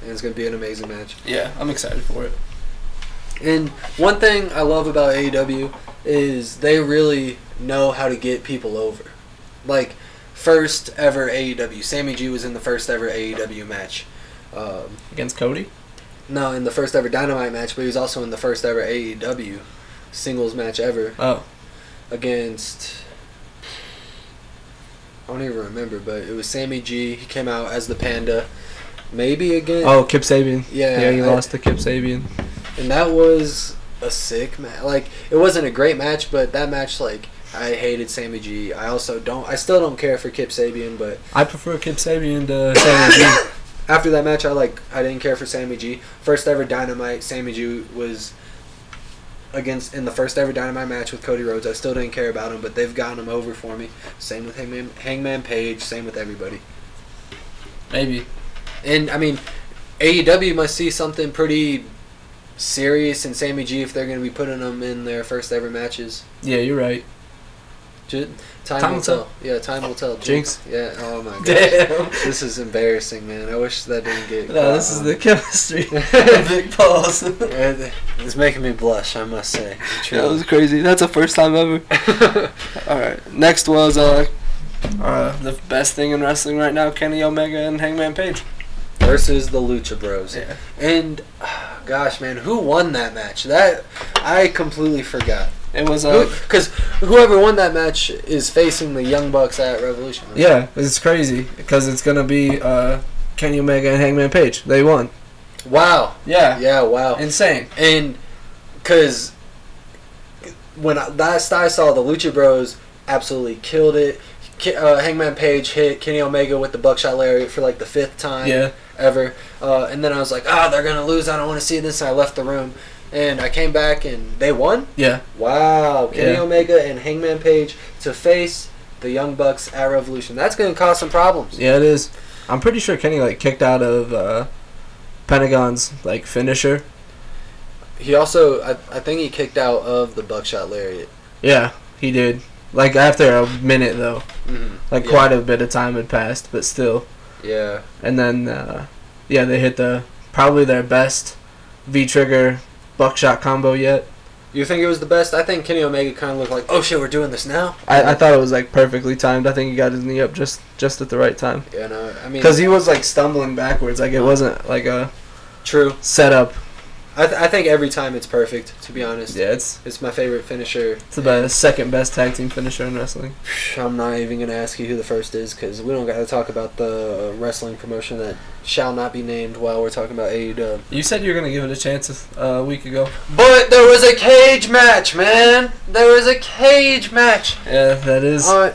Speaker 1: and it's gonna be an amazing match.
Speaker 2: Yeah, I'm excited for it.
Speaker 1: And one thing I love about AEW is they really know how to get people over. Like first ever AEW, Sammy G was in the first ever AEW match. Um,
Speaker 2: Against Cody?
Speaker 1: no, in the first ever Dynamite match, but he was also in the first ever AEW singles match ever
Speaker 2: Oh.
Speaker 1: against. I don't even remember, but it was Sammy G. He came out as the Panda, maybe again.
Speaker 2: Oh, Kip Sabian.
Speaker 1: Yeah,
Speaker 2: Yeah, he
Speaker 1: I-
Speaker 2: lost to Kip Sabian.
Speaker 1: and that was a sick match. Like it wasn't a great match, but that match, like I hated Sammy G. I also don't. I still don't care for Kip Sabian, but
Speaker 2: I prefer Kip Sabian to Sammy
Speaker 1: *coughs*
Speaker 2: G.
Speaker 1: after that match, I like I didn't care for Sammy G. First ever Dynamite, Sammy G was against in the first ever Dynamite match with Cody Rhodes. I still didn't care about him, but they've gotten him over for me. Same with Hangman, Hangman Page. Same with everybody.
Speaker 2: Maybe.
Speaker 1: And I mean, AEW must see something pretty serious in Sammy G if they're going to be putting him in their first ever matches.
Speaker 2: Yeah, you're right.
Speaker 1: Ju- Time,
Speaker 2: Time
Speaker 1: will
Speaker 2: will
Speaker 1: tell. Yeah, time will tell.
Speaker 2: Jinx.
Speaker 1: Yeah. Oh
Speaker 2: *laughs*
Speaker 1: my god.
Speaker 2: Damn.
Speaker 1: This is embarrassing, man. I wish that didn't get.
Speaker 2: No, this is
Speaker 1: caught
Speaker 2: the *laughs* chemistry.
Speaker 1: of
Speaker 2: Big *laughs* pause.
Speaker 1: on. Uh, th- It's making me blush, I must say.
Speaker 2: That was crazy. That's the first time ever. *laughs* All right. Next was uh, uh, the best thing in wrestling right now: Kenny Omega and Hangman Page.
Speaker 1: Versus the Lucha Bros.
Speaker 2: Yeah.
Speaker 1: And, ah, gosh, man, who won that match? That I completely forgot.
Speaker 2: It was uh,
Speaker 1: Because whoever won that match is facing the Young Bucks at Revolution. right?
Speaker 2: yeah, it's crazy because it's gonna be uh, Kenny Omega and Hangman Page. They won.
Speaker 1: Wow.
Speaker 2: Yeah,
Speaker 1: Yeah. Wow.
Speaker 2: insane.
Speaker 1: And because when I, last I saw the Lucha Bros, absolutely killed it. Ki- Uh, Hangman Page hit Kenny Omega with the buckshot lariat for like the fifth time
Speaker 2: Yeah,
Speaker 1: ever, uh, and then I was like, "Ah, they're gonna lose. I don't want to see this." And I left the room, and I came back and they won.
Speaker 2: yeah.
Speaker 1: Wow, Kenny
Speaker 2: Yeah.
Speaker 1: Omega and Hangman Page to face the Young Bucks at Revolution. That's gonna cause some problems.
Speaker 2: Yeah, it is. I'm pretty sure Kenny like kicked out of uh, Pentagon's like finisher.
Speaker 1: He also, I, I think he kicked out of the buckshot lariat.
Speaker 2: Yeah, he did. Like after a minute though,
Speaker 1: Mm-hmm.
Speaker 2: like
Speaker 1: Yeah.
Speaker 2: quite a bit of time had passed, but still.
Speaker 1: Yeah.
Speaker 2: And then uh, yeah, they hit the probably their best V trigger buckshot combo yet.
Speaker 1: You think it was the best? I think Kenny Omega kind of looked like, oh shit, we're doing this now.
Speaker 2: I, I thought it was like perfectly timed. I think he got his knee up just just at the right time
Speaker 1: yeah, no, I mean,
Speaker 2: because he was like stumbling backwards. Like it wasn't like a
Speaker 1: true.
Speaker 2: setup.
Speaker 1: I, th- I think every time it's perfect. To be honest,
Speaker 2: Yeah, it's
Speaker 1: it's my favorite finisher. *sighs*
Speaker 2: it's the second best tag team finisher in wrestling.
Speaker 1: I'm not even gonna ask you who the first is because we don't got to talk about the uh, wrestling promotion that shall not be named while we're talking about E AEW.
Speaker 2: You said you were gonna give it a chance a uh, week ago.
Speaker 1: But there was a cage match, man. There was a cage match
Speaker 2: Yeah, that is.
Speaker 1: on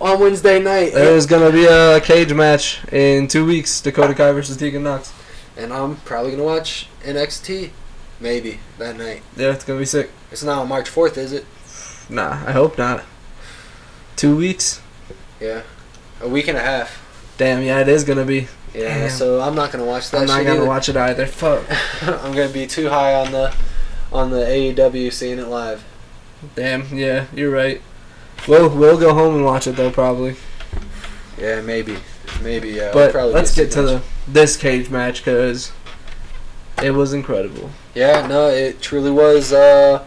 Speaker 1: on Wednesday night,
Speaker 2: There's gonna be a cage match in two weeks. Dakota Kai versus Tegan Knox.
Speaker 1: and I'm probably gonna watch NXT, maybe that night.
Speaker 2: Yeah, it's gonna be sick.
Speaker 1: It's not on March 4th, is it?
Speaker 2: Nah, I hope not. Two weeks?
Speaker 1: Yeah, a week and a half.
Speaker 2: Damn, yeah, it is gonna be.
Speaker 1: Yeah,
Speaker 2: Damn.
Speaker 1: so I'm not gonna watch that.
Speaker 2: I'm not
Speaker 1: shit
Speaker 2: gonna
Speaker 1: either.
Speaker 2: watch it either. Fuck.
Speaker 1: *laughs* I'm gonna be too high on the on the AEW seeing it live.
Speaker 2: Damn, yeah, you're right. We'll we'll go home and watch it though probably.
Speaker 1: Yeah, maybe, maybe. Yeah, it'll
Speaker 2: but
Speaker 1: probably
Speaker 2: let's
Speaker 1: be
Speaker 2: get to
Speaker 1: too
Speaker 2: the
Speaker 1: much.
Speaker 2: this cage match because it was incredible.
Speaker 1: Yeah, no, it truly was. Uh,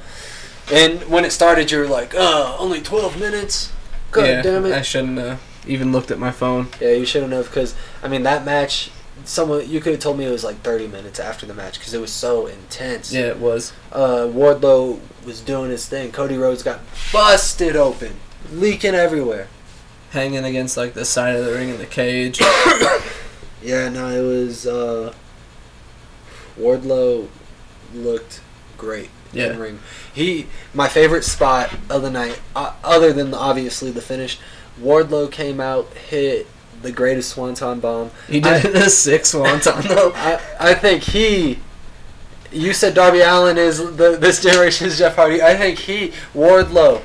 Speaker 1: and when it started, you were like, "Uh, only 12 minutes." God
Speaker 2: yeah,
Speaker 1: damn it!
Speaker 2: I shouldn't uh, even looked at my phone.
Speaker 1: yeah, you shouldn't have, because I mean that match. Someone you could have told me it was like 30 minutes after the match because it was so intense.
Speaker 2: Yeah, it was.
Speaker 1: uh, Wardlow was doing his thing. Cody Rhodes got busted open, leaking everywhere.
Speaker 2: Hanging against like the side of the ring in the cage.
Speaker 1: Yeah, no, it was. Uh, Wardlow looked great in the
Speaker 2: yeah.
Speaker 1: ring. He, my favorite spot of the night, uh, other than obviously the finish, Wardlow came out, hit the greatest swanton bomb.
Speaker 2: He
Speaker 1: I-
Speaker 2: did *laughs* the six wonton though.
Speaker 1: I, I think he. You said Darby Allen is the, this generation's Jeff Hardy. I think he Wardlow,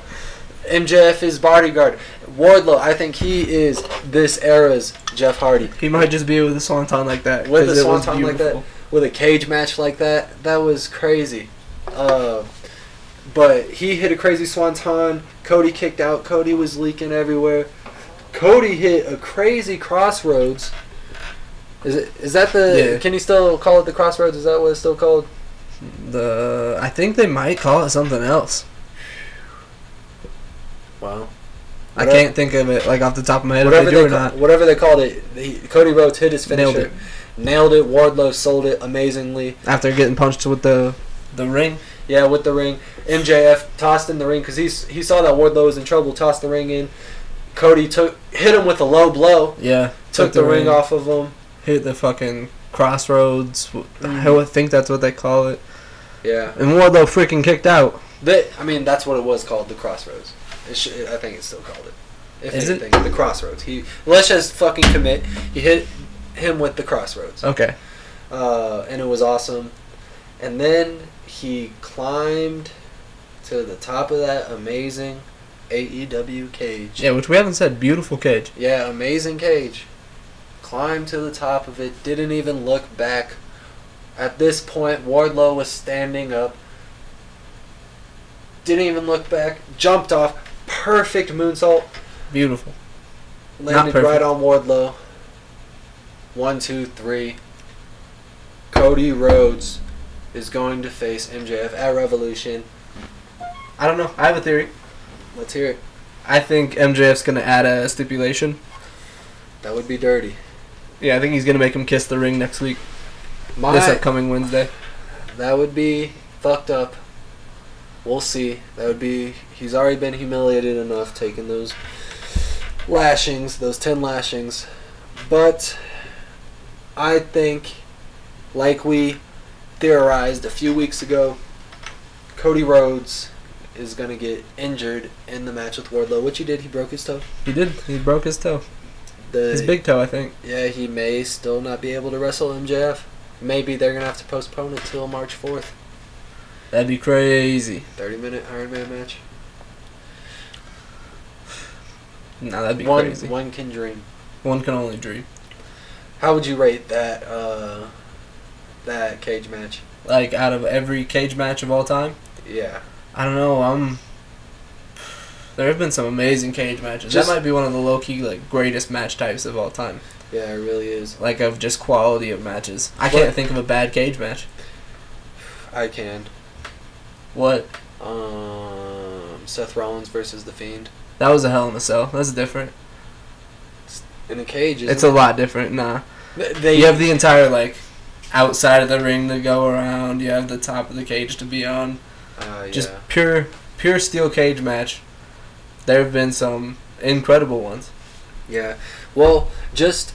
Speaker 1: MJF is bodyguard. Wardlow, I think he is this era's Jeff Hardy.
Speaker 2: He might just be with a swanton like that.
Speaker 1: With a
Speaker 2: 'cause it was
Speaker 1: swanton like that,
Speaker 2: beautiful.
Speaker 1: with a cage match like that, that was crazy. Uh, but he hit a crazy swanton. Cody kicked out. Cody was leaking everywhere. Cody hit a crazy crossroads Is it is that the?
Speaker 2: Yeah.
Speaker 1: Can you still call it the Crossroads? Is that what it's still called?
Speaker 2: The I think they might call it something else.
Speaker 1: Wow.
Speaker 2: I
Speaker 1: Whatever-
Speaker 2: can't think of it like off the top of my head
Speaker 1: Whatever
Speaker 2: if they do
Speaker 1: they,
Speaker 2: or
Speaker 1: ca-
Speaker 2: not.
Speaker 1: whatever they called it, he, Cody Rhodes hit his finisher.
Speaker 2: Nailed
Speaker 1: Nailed it. Nailed it. Wardlow sold it amazingly.
Speaker 2: After getting punched with the the ring,
Speaker 1: Yeah, with the ring. MJF tossed in the ring because he saw that Wardlow was in trouble. Tossed the ring in. Cody took hit him with a low blow.
Speaker 2: yeah,
Speaker 1: Took, the, ring off of him.
Speaker 2: hit the fucking crossroads. w-
Speaker 1: Mhm.
Speaker 2: I would think that's what they call it.
Speaker 1: Yeah.
Speaker 2: And Wardlow freaking kicked out.
Speaker 1: They, I mean, that's what it was called, the Crossroads. It sh- I think it's still called it. If
Speaker 2: Is it?
Speaker 1: anything, the Crossroads. He let's just fucking commit. He hit him with the Crossroads,
Speaker 2: Okay,
Speaker 1: uh, and it was awesome. And then he climbed to the top of that amazing AEW cage.
Speaker 2: yeah, which we haven't said. Beautiful cage.
Speaker 1: Yeah, amazing cage. Climbed to the top of it, didn't even look back. At this point, Wardlow was standing up. Didn't even look back. Jumped off. Perfect moonsault.
Speaker 2: Beautiful.
Speaker 1: Landed
Speaker 2: perfect.
Speaker 1: right on Wardlow. One, two, three. Cody Rhodes is going to face MJF at Revolution.
Speaker 2: I don't know. I have a theory.
Speaker 1: Let's hear it.
Speaker 2: I think MJF's gonna add a stipulation.
Speaker 1: That would be dirty.
Speaker 2: Yeah, I think he's gonna make him kiss the ring next week.
Speaker 1: My,
Speaker 2: This upcoming Wednesday.
Speaker 1: That would be fucked up. We'll see. That would be. He's already been humiliated enough taking those lashings, those 10 lashings. But I think, like we theorized a few weeks ago, Cody Rhodes is going to get injured in the match with Wardlow, which he did. He broke his toe.
Speaker 2: He did. He broke his toe.
Speaker 1: The,
Speaker 2: His big toe, I think.
Speaker 1: Yeah, he may still not be able to wrestle MJF. Maybe they're going to have to postpone it till March 4th.
Speaker 2: That'd be crazy.
Speaker 1: 30 minute Iron Man match.
Speaker 2: No, that'd be
Speaker 1: one
Speaker 2: crazy.
Speaker 1: one can dream.
Speaker 2: One can only dream.
Speaker 1: How would you rate that uh, that cage match?
Speaker 2: Like out of every cage match of all time,
Speaker 1: Yeah.
Speaker 2: I don't know. Um, there have been some amazing cage matches.
Speaker 1: Just-
Speaker 2: that might be one of the low key like greatest match types of all time.
Speaker 1: Yeah, it really is.
Speaker 2: Like of just quality of matches. I can't
Speaker 1: What-
Speaker 2: think of a bad cage match.
Speaker 1: I can.
Speaker 2: What?
Speaker 1: Um, Seth Rollins versus The Fiend.
Speaker 2: That was a hell in a cell. That's different.
Speaker 1: In a cage,
Speaker 2: It's a lot different. Nah.
Speaker 1: a... They,
Speaker 2: You have the entire like outside of the ring to go around. You have the top of the cage to be on.
Speaker 1: Uh, yeah.
Speaker 2: Just pure pure steel cage match. There have been some incredible ones.
Speaker 1: Yeah. Well, just...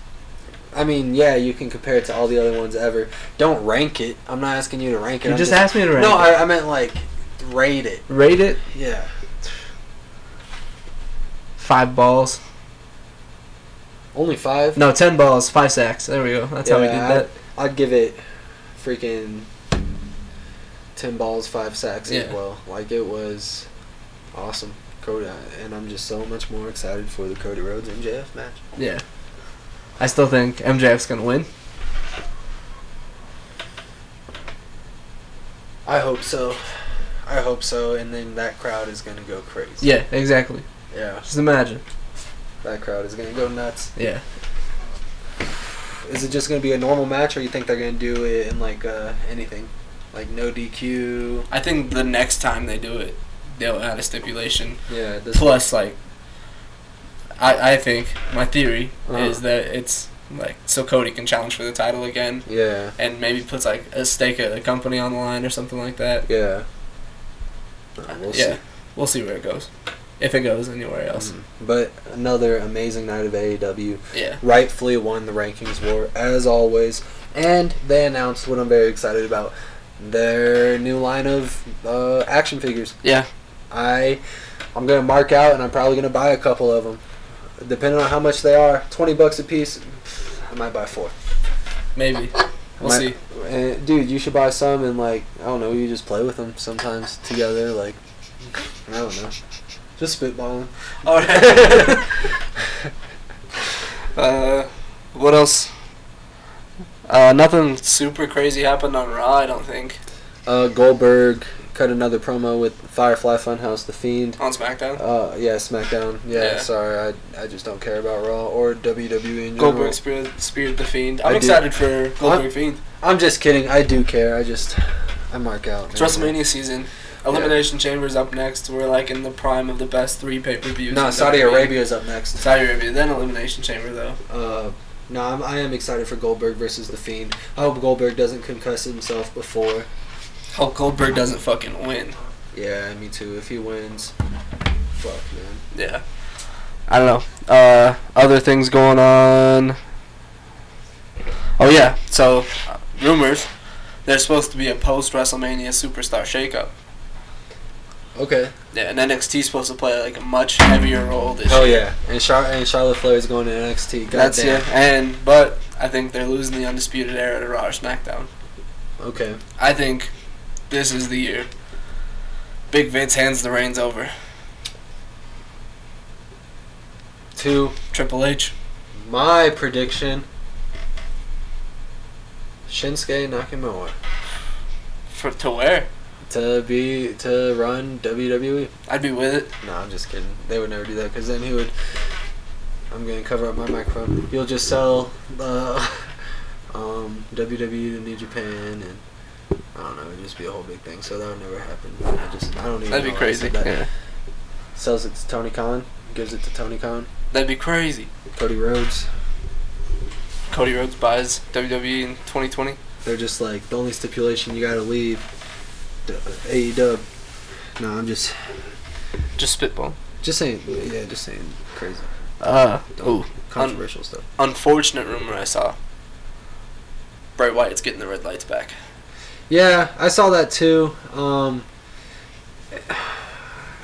Speaker 1: I mean, yeah, you can compare it to all the other ones ever. Don't rank it. I'm not asking you to rank it.
Speaker 2: You
Speaker 1: I'm
Speaker 2: just asked me to rate
Speaker 1: No,
Speaker 2: it.
Speaker 1: I, I meant, like, rate it.
Speaker 2: rate it
Speaker 1: Yeah.
Speaker 2: five balls.
Speaker 1: Only five?
Speaker 2: No, ten balls, five sacks. There we go. That's how we did
Speaker 1: Yeah, I-
Speaker 2: that.
Speaker 1: I'd give it freaking ten balls, five sacks as
Speaker 2: Yeah.
Speaker 1: well. Like it was awesome, Cody, and I'm just so much more excited for the Cody Rhodes MJF match.
Speaker 2: Yeah. I still think MJF's gonna win.
Speaker 1: I hope so. I hope so, and then that crowd is gonna go crazy.
Speaker 2: Yeah, exactly.
Speaker 1: yeah,
Speaker 2: Just imagine.
Speaker 1: that crowd is gonna go nuts.
Speaker 2: Yeah.
Speaker 1: Is it just gonna be a normal match, or you think they're gonna do it in like uh, anything, like no DQ?
Speaker 2: I think the next time they do it, they'll add a stipulation
Speaker 1: Yeah, this
Speaker 2: Plus, like, I, I think my theory
Speaker 1: Uh-huh.
Speaker 2: is that it's like so Cody can challenge for the title again,
Speaker 1: Yeah,
Speaker 2: and maybe puts like a stake at a company on the line or something like that.
Speaker 1: yeah. Uh, we'll see.
Speaker 2: yeah, we'll see where it goes, if it goes anywhere else.
Speaker 1: Mm. But another amazing night of AEW.
Speaker 2: Yeah,
Speaker 1: Rightfully won the rankings war, as always. And they announced what I'm very excited about their new line of uh, action figures.
Speaker 2: yeah,
Speaker 1: I, I'm going to mark out and I'm probably going to buy a couple of them. Depending on how much they are, 20 bucks a piece, I might buy four. *laughs*
Speaker 2: maybe. We'll
Speaker 1: Might-
Speaker 2: see.
Speaker 1: Uh, dude, you should buy some and, like, I don't know, you just play with them sometimes together. Like, I don't know. Just spitballing.
Speaker 2: All right. *laughs* uh, what else? Uh, nothing super crazy happened on Raw. I don't think.
Speaker 1: Uh, Goldberg cut another promo with Firefly Funhouse, The Fiend.
Speaker 2: on SmackDown.
Speaker 1: Uh, yeah, SmackDown. Yeah,
Speaker 2: Yeah.
Speaker 1: sorry, I, I just don't care about Raw or WWE in general.
Speaker 2: Goldberg speared, speared the Fiend. I'm
Speaker 1: I do.
Speaker 2: excited for Goldberg Fiend.
Speaker 1: I'm just kidding. I do care. I just I mark out.
Speaker 2: It's
Speaker 1: man.
Speaker 2: WrestleMania season. Elimination Chamber's up next. We're like in the prime of the best three pay per views.
Speaker 1: No, Saudi Arabia's up next.
Speaker 2: E. Saudi Arabia, then Elimination Chamber though.
Speaker 1: Uh, no, I'm, I am excited for Goldberg versus The Fiend. I hope Goldberg doesn't concuss himself before.
Speaker 2: Hope Goldberg doesn't fucking win.
Speaker 1: Yeah, me too. If he wins, fuck man.
Speaker 2: Yeah.
Speaker 3: I don't know. Uh, other things going on.
Speaker 2: Oh yeah. So, uh, rumors. There's supposed to be a post WrestleMania superstar shakeup.
Speaker 1: Okay.
Speaker 2: Yeah, and NXT's supposed to play like a much heavier role this
Speaker 1: Oh
Speaker 2: year.
Speaker 1: yeah, and Char- and Charlotte Flair is going to NXT. God
Speaker 2: That's
Speaker 1: damn.
Speaker 2: yeah. And but I think they're losing the undisputed era to Raw or SmackDown.
Speaker 1: Okay.
Speaker 2: I think this is the year. Big Vince hands the reins over.
Speaker 1: Two.
Speaker 2: Triple H.
Speaker 1: My prediction. Shinsuke Nakamura
Speaker 2: For to where?
Speaker 1: to be to run WWE.
Speaker 2: I'd be with it.
Speaker 1: No, I'm just kidding. They would never do that because then he would. I'm gonna cover up my microphone. You'll just sell uh, *laughs* um, WWE to New Japan and I don't know. It'd just be a whole big thing. So that would never happen. I just I don't even.
Speaker 2: That'd be
Speaker 1: know why I
Speaker 2: crazy.
Speaker 1: said that. Sells it to Tony Khan. Gives it to Tony Khan.
Speaker 2: That'd be crazy.
Speaker 1: Cody Rhodes.
Speaker 2: Cody Rhodes buys WWE in 2020.
Speaker 1: They're just like the only stipulation you gotta leave. D- AEW. No, I'm just
Speaker 2: Just spitball.
Speaker 1: just saying. Yeah, just saying crazy
Speaker 3: Uh, oh,
Speaker 1: controversial stuff.
Speaker 2: Unfortunate rumor I saw. Bray Wyatt's getting the red lights back.
Speaker 1: Yeah, I saw that too. Um,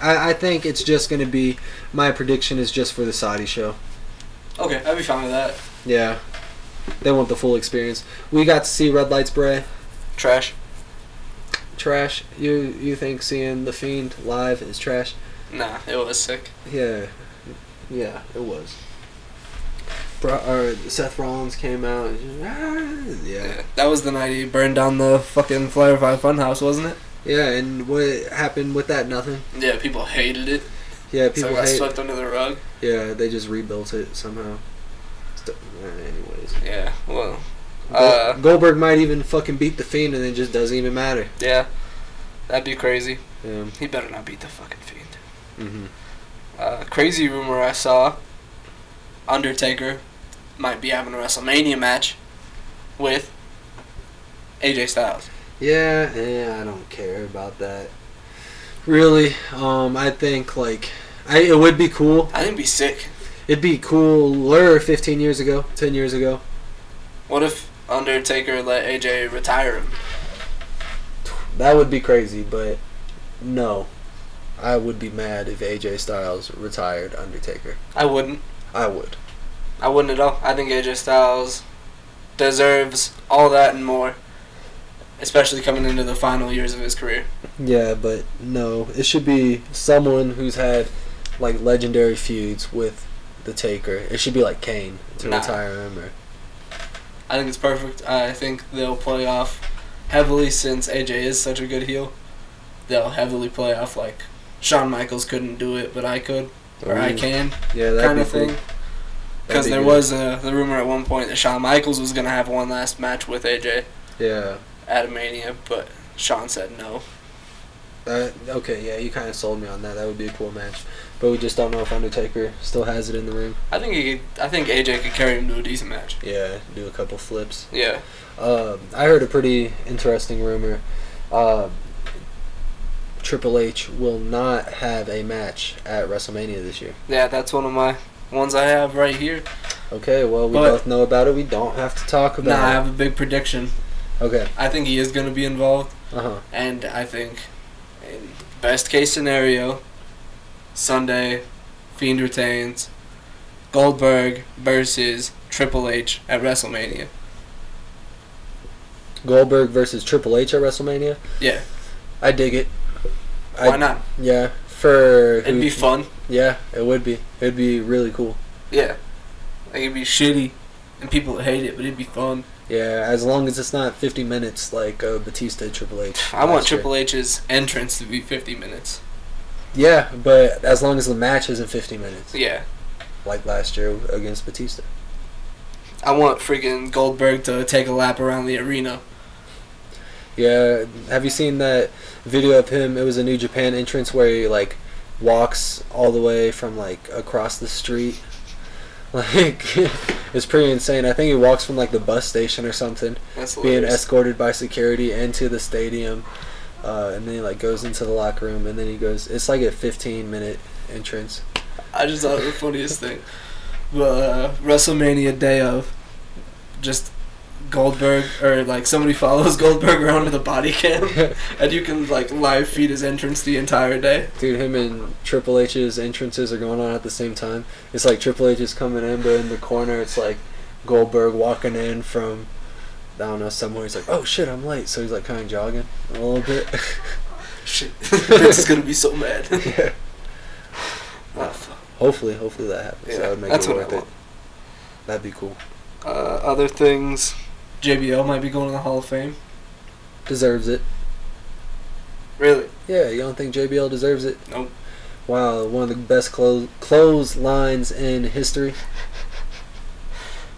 Speaker 1: I, I think it's just going to be my prediction is just for the Saudi show.
Speaker 2: Okay, I'd be fine with that.
Speaker 1: Yeah, they want the full experience. We got to see Red Lights Bray.
Speaker 2: Trash.
Speaker 1: Trash. You you think seeing the Fiend live is trash?
Speaker 2: Nah, it was sick.
Speaker 1: Yeah, yeah, it was. Bro, or Seth Rollins came out. and- "Ah." yeah,
Speaker 2: That was the night he burned down the fucking Firefly Funhouse, wasn't it?
Speaker 1: yeah. And what happened with that? Nothing.
Speaker 2: Yeah, people hated it.
Speaker 1: Yeah, people
Speaker 2: People so I got
Speaker 1: hate.
Speaker 2: swept under the rug.
Speaker 1: Yeah, they just rebuilt it somehow. St- uh, anyways,
Speaker 2: Yeah, well. Uh,
Speaker 1: Gol- Goldberg might even fucking beat the Fiend, and it just doesn't even matter.
Speaker 2: yeah. That'd be crazy.
Speaker 1: Yeah.
Speaker 2: He better not beat the fucking fiend.
Speaker 1: Mm-hmm.
Speaker 2: Uh, crazy rumor I saw: Undertaker might be having a WrestleMania match with AJ Styles.
Speaker 1: Yeah, yeah, I don't care about that. Really, um, I think like, I it would be cool.
Speaker 2: I think it'd be sick.
Speaker 1: It'd be cooler 15 years ago, 10 years ago.
Speaker 2: What if Undertaker let AJ retire him?
Speaker 1: That would be crazy, but no, I would be mad if AJ Styles retired Undertaker.
Speaker 2: I wouldn't.
Speaker 1: I would.
Speaker 2: I wouldn't at all. I think AJ Styles deserves all that and more, especially coming into the final years of his career.
Speaker 1: Yeah, but no, it should be someone who's had like legendary feuds with the Taker. It should be like Kane to
Speaker 2: Nah.
Speaker 1: retire him. Or,
Speaker 2: I think it's perfect. I think they'll play off heavily since AJ is such a good heel. They'll heavily play off like Shawn Michaels couldn't do it, but I could or
Speaker 1: Mm.
Speaker 2: I can
Speaker 1: Yeah, that
Speaker 2: kind of thing. Because there was a, the rumor at one point that Shawn Michaels was gonna have one last match with AJ
Speaker 1: Yeah.
Speaker 2: at a Mania, but Shawn said no.
Speaker 1: That, Uh, okay, yeah, you kind of sold me on that. That would be a cool match, but we just don't know if Undertaker still has it in the ring.
Speaker 2: I think he could, I think AJ could carry him to a decent match.
Speaker 1: Yeah, do a couple flips.
Speaker 2: Yeah,
Speaker 1: Um, I heard a pretty interesting rumor. Um Triple H will not have a match at WrestleMania this year.
Speaker 2: yeah, that's one of my ones I have right here.
Speaker 1: Okay, well, we
Speaker 2: But-
Speaker 1: both know about it. We don't have to talk
Speaker 2: Now I
Speaker 1: about
Speaker 2: have a big prediction.
Speaker 1: it. Okay.
Speaker 2: I think he is gonna be involved.
Speaker 1: Uh huh.
Speaker 2: And I think, in best case scenario, Sunday, Fiend retains Goldberg versus Triple H at WrestleMania.
Speaker 1: Goldberg versus Triple H at WrestleMania.
Speaker 2: Yeah.
Speaker 1: I dig it. I-
Speaker 2: Why not?
Speaker 1: Yeah. For
Speaker 2: It'd be fun.
Speaker 1: yeah, it would be. It'd be really cool.
Speaker 2: Yeah. Like, it'd be shitty, and people would hate it, but it'd be fun.
Speaker 1: Yeah, as long as it's not 50 minutes like uh, Batista Triple H.
Speaker 2: I want
Speaker 1: last year.
Speaker 2: Triple H's entrance to be 50 minutes.
Speaker 1: Yeah, but as long as the match isn't 50 minutes
Speaker 2: Yeah.
Speaker 1: like last year against Batista.
Speaker 2: I want freaking Goldberg to take a lap around the arena.
Speaker 1: Yeah, have you seen that video of him? It was a New Japan entrance where he like walks all the way from like across the street. *laughs* Like *laughs* it's pretty insane. I think he walks from like the bus station or something,
Speaker 2: That's
Speaker 1: being
Speaker 2: hilarious.
Speaker 1: escorted by security into the stadium, uh, and then he like goes into the locker room, and then he goes. It's like a 15 minute entrance.
Speaker 2: I just thought it was the funniest thing. But uh, WrestleMania day of, just Goldberg or like somebody follows *laughs* Goldberg around with a body *laughs* cam, and you can like live feed his entrance the entire day.
Speaker 1: Dude, him and Triple H's entrances are going on at the same time. It's like Triple H is coming in, but in the corner, it's like Goldberg walking in from, I don't know, somewhere. He's like, oh shit, I'm late. So he's like kind of jogging a little bit.
Speaker 2: *laughs*
Speaker 1: *laughs*
Speaker 2: Shit, *laughs* Vince is gonna be so mad. *laughs*
Speaker 1: yeah.
Speaker 2: Oh, fuck.
Speaker 1: Hopefully, hopefully that happens.
Speaker 2: Yeah,
Speaker 1: that would make
Speaker 2: that's
Speaker 1: it
Speaker 2: what I
Speaker 1: worth it.
Speaker 2: want.
Speaker 1: That'd be cool.
Speaker 2: Uh, other things, JBL might be going to the Hall of Fame.
Speaker 1: Deserves it.
Speaker 2: Really?
Speaker 1: Yeah, you don't think JBL deserves it?
Speaker 2: Nope.
Speaker 1: Wow, one of the best clo- close lines in history.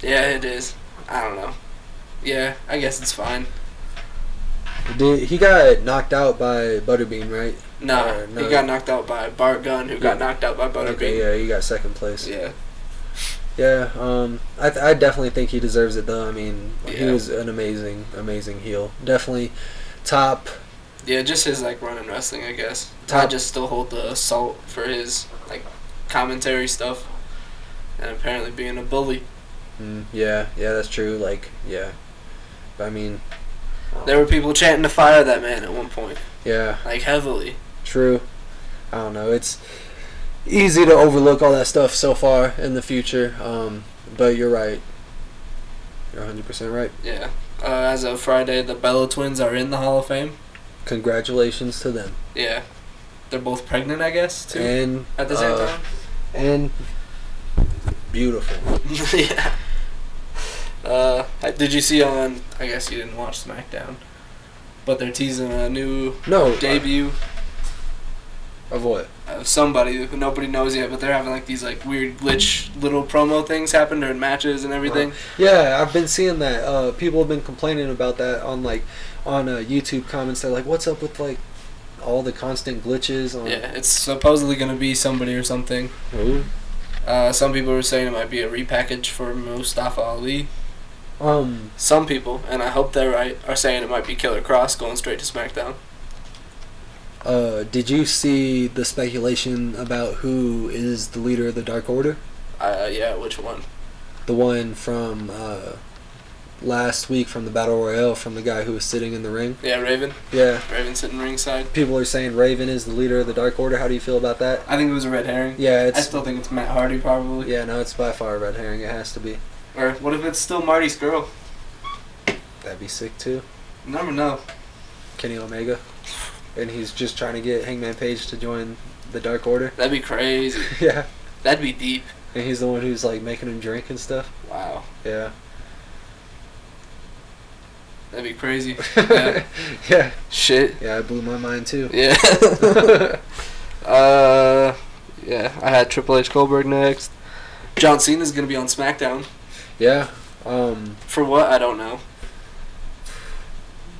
Speaker 2: Yeah, it is. I don't know. Yeah, I guess it's fine.
Speaker 1: Did, he got knocked out by Butterbean, right?
Speaker 2: Nah,
Speaker 1: Uh, no.
Speaker 2: he got knocked out by Bart Gunn, who got
Speaker 1: Yeah.
Speaker 2: knocked out by Butterbean.
Speaker 1: Okay, yeah, he got second place.
Speaker 2: yeah.
Speaker 1: Yeah, um, I, th- I definitely think he deserves it though. I mean, he
Speaker 2: Yeah.
Speaker 1: was an amazing, amazing heel. Definitely top.
Speaker 2: Yeah, just his like running wrestling, I guess. I
Speaker 1: Top-
Speaker 2: just still hold the assault for his like commentary stuff, and apparently being a bully.
Speaker 1: Mm, yeah, yeah, that's true. Like, yeah, I mean,
Speaker 2: There were people chanting to fire that man at one point,
Speaker 1: yeah,
Speaker 2: like heavily.
Speaker 1: true. I don't know. It's easy to overlook all that stuff so far in the future. Um, but you're right. You're 100 percent right.
Speaker 2: Yeah. Uh, as of Friday, the Bello twins are in the Hall of Fame.
Speaker 1: Congratulations to them.
Speaker 2: Yeah. They're both pregnant, I guess, too.
Speaker 1: And
Speaker 2: at the same
Speaker 1: uh,
Speaker 2: time. *laughs*
Speaker 1: and beautiful.
Speaker 2: yeah. Uh, I- did you see on? I guess you didn't watch SmackDown, but they're teasing a new
Speaker 1: No
Speaker 2: debut
Speaker 1: of what?
Speaker 2: of somebody who nobody knows yet, but they're having like these like weird glitch little promo things happen during matches and everything.
Speaker 1: Uh-huh. Yeah, I've been seeing that. Uh, people have been complaining about that on like on uh, YouTube comments. They're like, "What's up with like all the constant glitches?" On
Speaker 2: Yeah, it's supposedly gonna be somebody or something.
Speaker 1: Ooh.
Speaker 2: Uh, some people were saying it might be a repackage for Mustafa Ali.
Speaker 1: Um.
Speaker 2: Some people, and I hope they're right, are saying it might be Killer Cross going straight to SmackDown.
Speaker 1: Uh, did you see the speculation about who is the leader of the Dark Order?
Speaker 2: Uh, yeah, which one?
Speaker 1: The one from uh, last week from the Battle Royale, from the guy who was sitting in the ring.
Speaker 2: Yeah, Raven.
Speaker 1: Yeah,
Speaker 2: Raven sitting ringside.
Speaker 1: people are saying Raven is the leader of the Dark Order. How do you feel about that?
Speaker 2: I think it was a red herring.
Speaker 1: Yeah,
Speaker 2: I
Speaker 1: it's
Speaker 2: still think it's Matt Hardy probably.
Speaker 1: yeah, no, it's by far a red herring. It has to be.
Speaker 2: Or what if it's still Marty's girl?
Speaker 1: That'd be sick too.
Speaker 2: You never know.
Speaker 1: Kenny Omega, and he's just trying to get Hangman Page to join the Dark Order. *laughs*
Speaker 2: That'd be crazy.
Speaker 1: yeah,
Speaker 2: That'd be deep.
Speaker 1: and he's the one who's like making him drink and stuff.
Speaker 2: Wow.
Speaker 1: Yeah, *laughs*
Speaker 2: That'd be
Speaker 1: *laughs*
Speaker 2: crazy.
Speaker 1: yeah,
Speaker 2: Yeah.
Speaker 1: yeah.
Speaker 2: Shit.
Speaker 1: It blew my mind too.
Speaker 2: *laughs* Yeah. uh, yeah, I had Triple H Goldberg next. John Cena's going to be on SmackDown.
Speaker 1: Yeah. Um,
Speaker 2: For what? I don't know.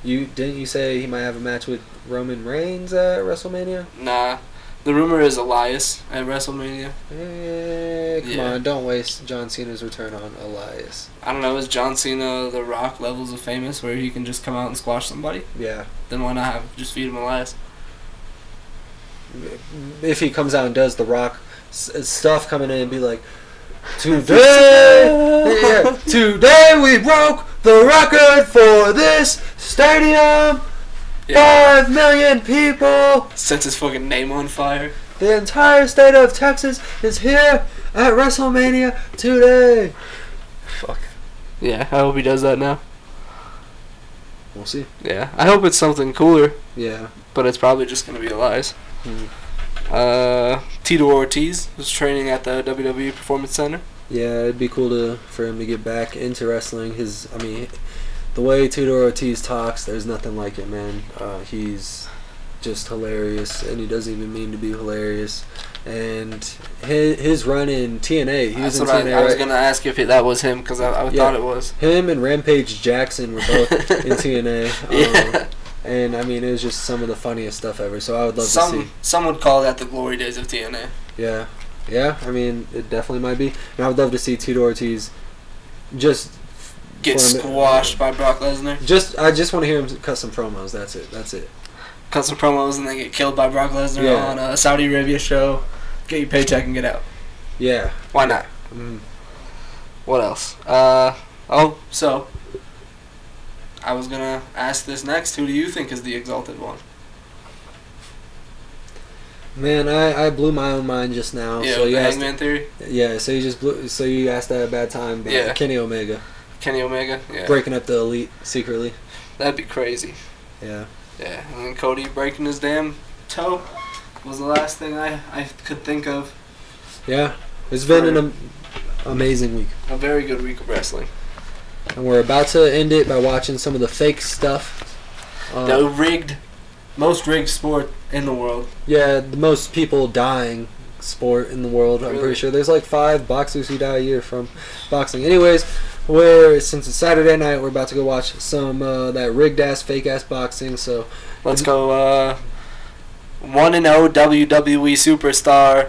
Speaker 1: you didn't you say he might have a match with Roman Reigns at WrestleMania?
Speaker 2: Nah. The rumor is Elias at WrestleMania.
Speaker 1: Eh, come
Speaker 2: Yeah.
Speaker 1: on, don't waste John Cena's return on Elias.
Speaker 2: I don't know. Is John Cena the Rock levels of famous where he can just come out and squash somebody?
Speaker 1: Yeah.
Speaker 2: Then why not have just feed him Elias?
Speaker 1: If he comes out and does the Rock s- stuff, coming in and be like. Today, yeah, today we broke the record for this stadium.
Speaker 2: Yeah.
Speaker 1: Five million people.
Speaker 2: Sets his fucking name on fire.
Speaker 1: The entire state of Texas is here at WrestleMania today. Fuck.
Speaker 2: Yeah, I hope he does that now.
Speaker 1: We'll see.
Speaker 2: Yeah. I hope it's something cooler,
Speaker 1: Yeah.
Speaker 2: but it's probably just going to be Elias.
Speaker 1: Mm.
Speaker 2: Uh, Tito Ortiz was training at the WWE Performance Center.
Speaker 1: Yeah, it'd be cool to for him to get back into wrestling. His, I mean, the way Tudor Ortiz talks, there's nothing like it, man. Uh, he's just hilarious, and he doesn't even mean to be hilarious. And his, his run in TNA, he was
Speaker 2: That's
Speaker 1: in
Speaker 2: what I,
Speaker 1: TNA.
Speaker 2: I was
Speaker 1: right?
Speaker 2: gonna ask if it, that was him because I, I
Speaker 1: Yeah.
Speaker 2: thought it was.
Speaker 1: Him and Rampage Jackson were both
Speaker 2: *laughs*
Speaker 1: in TNA. Um,
Speaker 2: yeah.
Speaker 1: And I mean, it was just some of the funniest stuff ever. So I would love to see.
Speaker 2: Some some would call that the glory days of TNA.
Speaker 1: Yeah, yeah. I mean, it definitely might be. And I would love to see Tito Ortiz. Just,
Speaker 2: Get
Speaker 1: For a mi-
Speaker 2: squashed by Brock Lesnar.
Speaker 1: just. I just want to hear him cut some promos. That's it. That's it.
Speaker 2: Cut some promos and then get killed by Brock Lesnar
Speaker 1: Yeah.
Speaker 2: on a Saudi Arabia show. Get your paycheck and get out.
Speaker 1: Yeah.
Speaker 2: Why not?
Speaker 1: Mm.
Speaker 2: What else? Uh oh, so I was gonna ask this next. Who do you think is the exalted one?
Speaker 1: Man, I, I blew my own mind just now.
Speaker 2: yeah,
Speaker 1: Oh, so
Speaker 2: the
Speaker 1: you asked,
Speaker 2: Hangman Theory,
Speaker 1: yeah. So you just blew. So you asked that at a bad time. But
Speaker 2: Yeah.
Speaker 1: Kenny Omega
Speaker 2: Kenny Omega. Yeah,
Speaker 1: breaking up the elite secretly.
Speaker 2: that'd be crazy.
Speaker 1: Yeah.
Speaker 2: Yeah, and then Cody breaking his damn toe was the last thing I I could think of.
Speaker 1: Yeah. It's been an am- amazing week.
Speaker 2: A very good week of wrestling.
Speaker 1: And we're about to end it by watching some of the fake stuff. Um,
Speaker 2: the rigged, most rigged sport in the world.
Speaker 1: Yeah, the most people dying sport in the world. I'm
Speaker 2: Really?
Speaker 1: pretty sure there's like five boxers who die a year from boxing. Anyways, we're since it's Saturday night, we're about to go watch some uh, that rigged ass, fake ass boxing. So
Speaker 2: Let's go. uh One and oh O WWE E superstar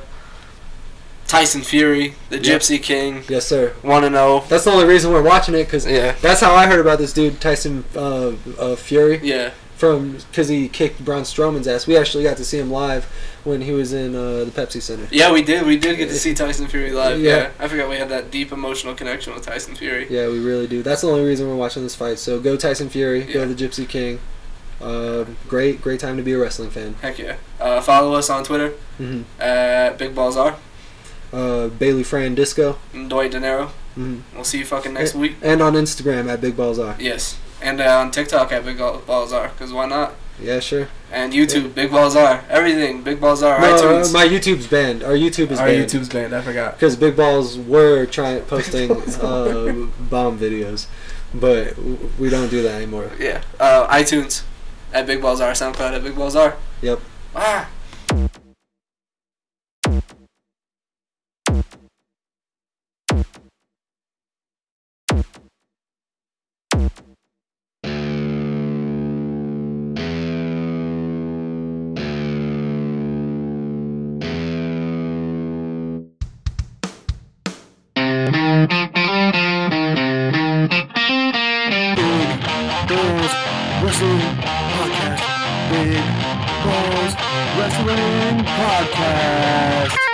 Speaker 2: Tyson Fury, the
Speaker 1: Yep.
Speaker 2: Gypsy King.
Speaker 1: yes, sir.
Speaker 2: One and oh. O.
Speaker 1: That's the only reason we're watching it because
Speaker 2: Yeah.
Speaker 1: that's how I heard about this dude Tyson uh, uh, Fury
Speaker 2: Yeah.
Speaker 1: from because he kicked Braun Strowman's ass. We actually got to see him live when he was in uh, the Pepsi Center.
Speaker 2: Yeah, we did. We did get to see Tyson Fury live. Yeah.
Speaker 1: Yeah.
Speaker 2: I forgot we had that deep emotional connection with Tyson Fury.
Speaker 1: Yeah, we really do. That's the only reason we're watching this fight. So go Tyson Fury,
Speaker 2: Yeah.
Speaker 1: go the Gypsy King. Uh, great, great time to be a wrestling fan.
Speaker 2: Heck yeah. Uh, follow us on Twitter
Speaker 1: hmm
Speaker 2: at Big Balls R
Speaker 1: Uh, Bailey Fran Disco,
Speaker 2: and Dwight De Niro.
Speaker 1: hmm
Speaker 2: We'll see you fucking next week.
Speaker 1: and on Instagram at Big Balls R.
Speaker 2: Yes. And uh, on TikTok at Big Balls R, because why not?
Speaker 1: Yeah, sure.
Speaker 2: And YouTube, Big Balls R. Everything, Big Balls R.
Speaker 1: No, uh,
Speaker 2: iTunes.
Speaker 1: my YouTube's banned. Our YouTube is banned
Speaker 2: banned, I forgot.
Speaker 1: because Big Balls were trying posting uh, bomb videos, but w- we don't do that anymore.
Speaker 2: Yeah. Uh, iTunes at Big Balls R. SoundCloud at Big Balls R.
Speaker 1: Yep.
Speaker 2: Ah.
Speaker 4: Balls Wrestling Podcast. Big Balls Wrestling Podcast.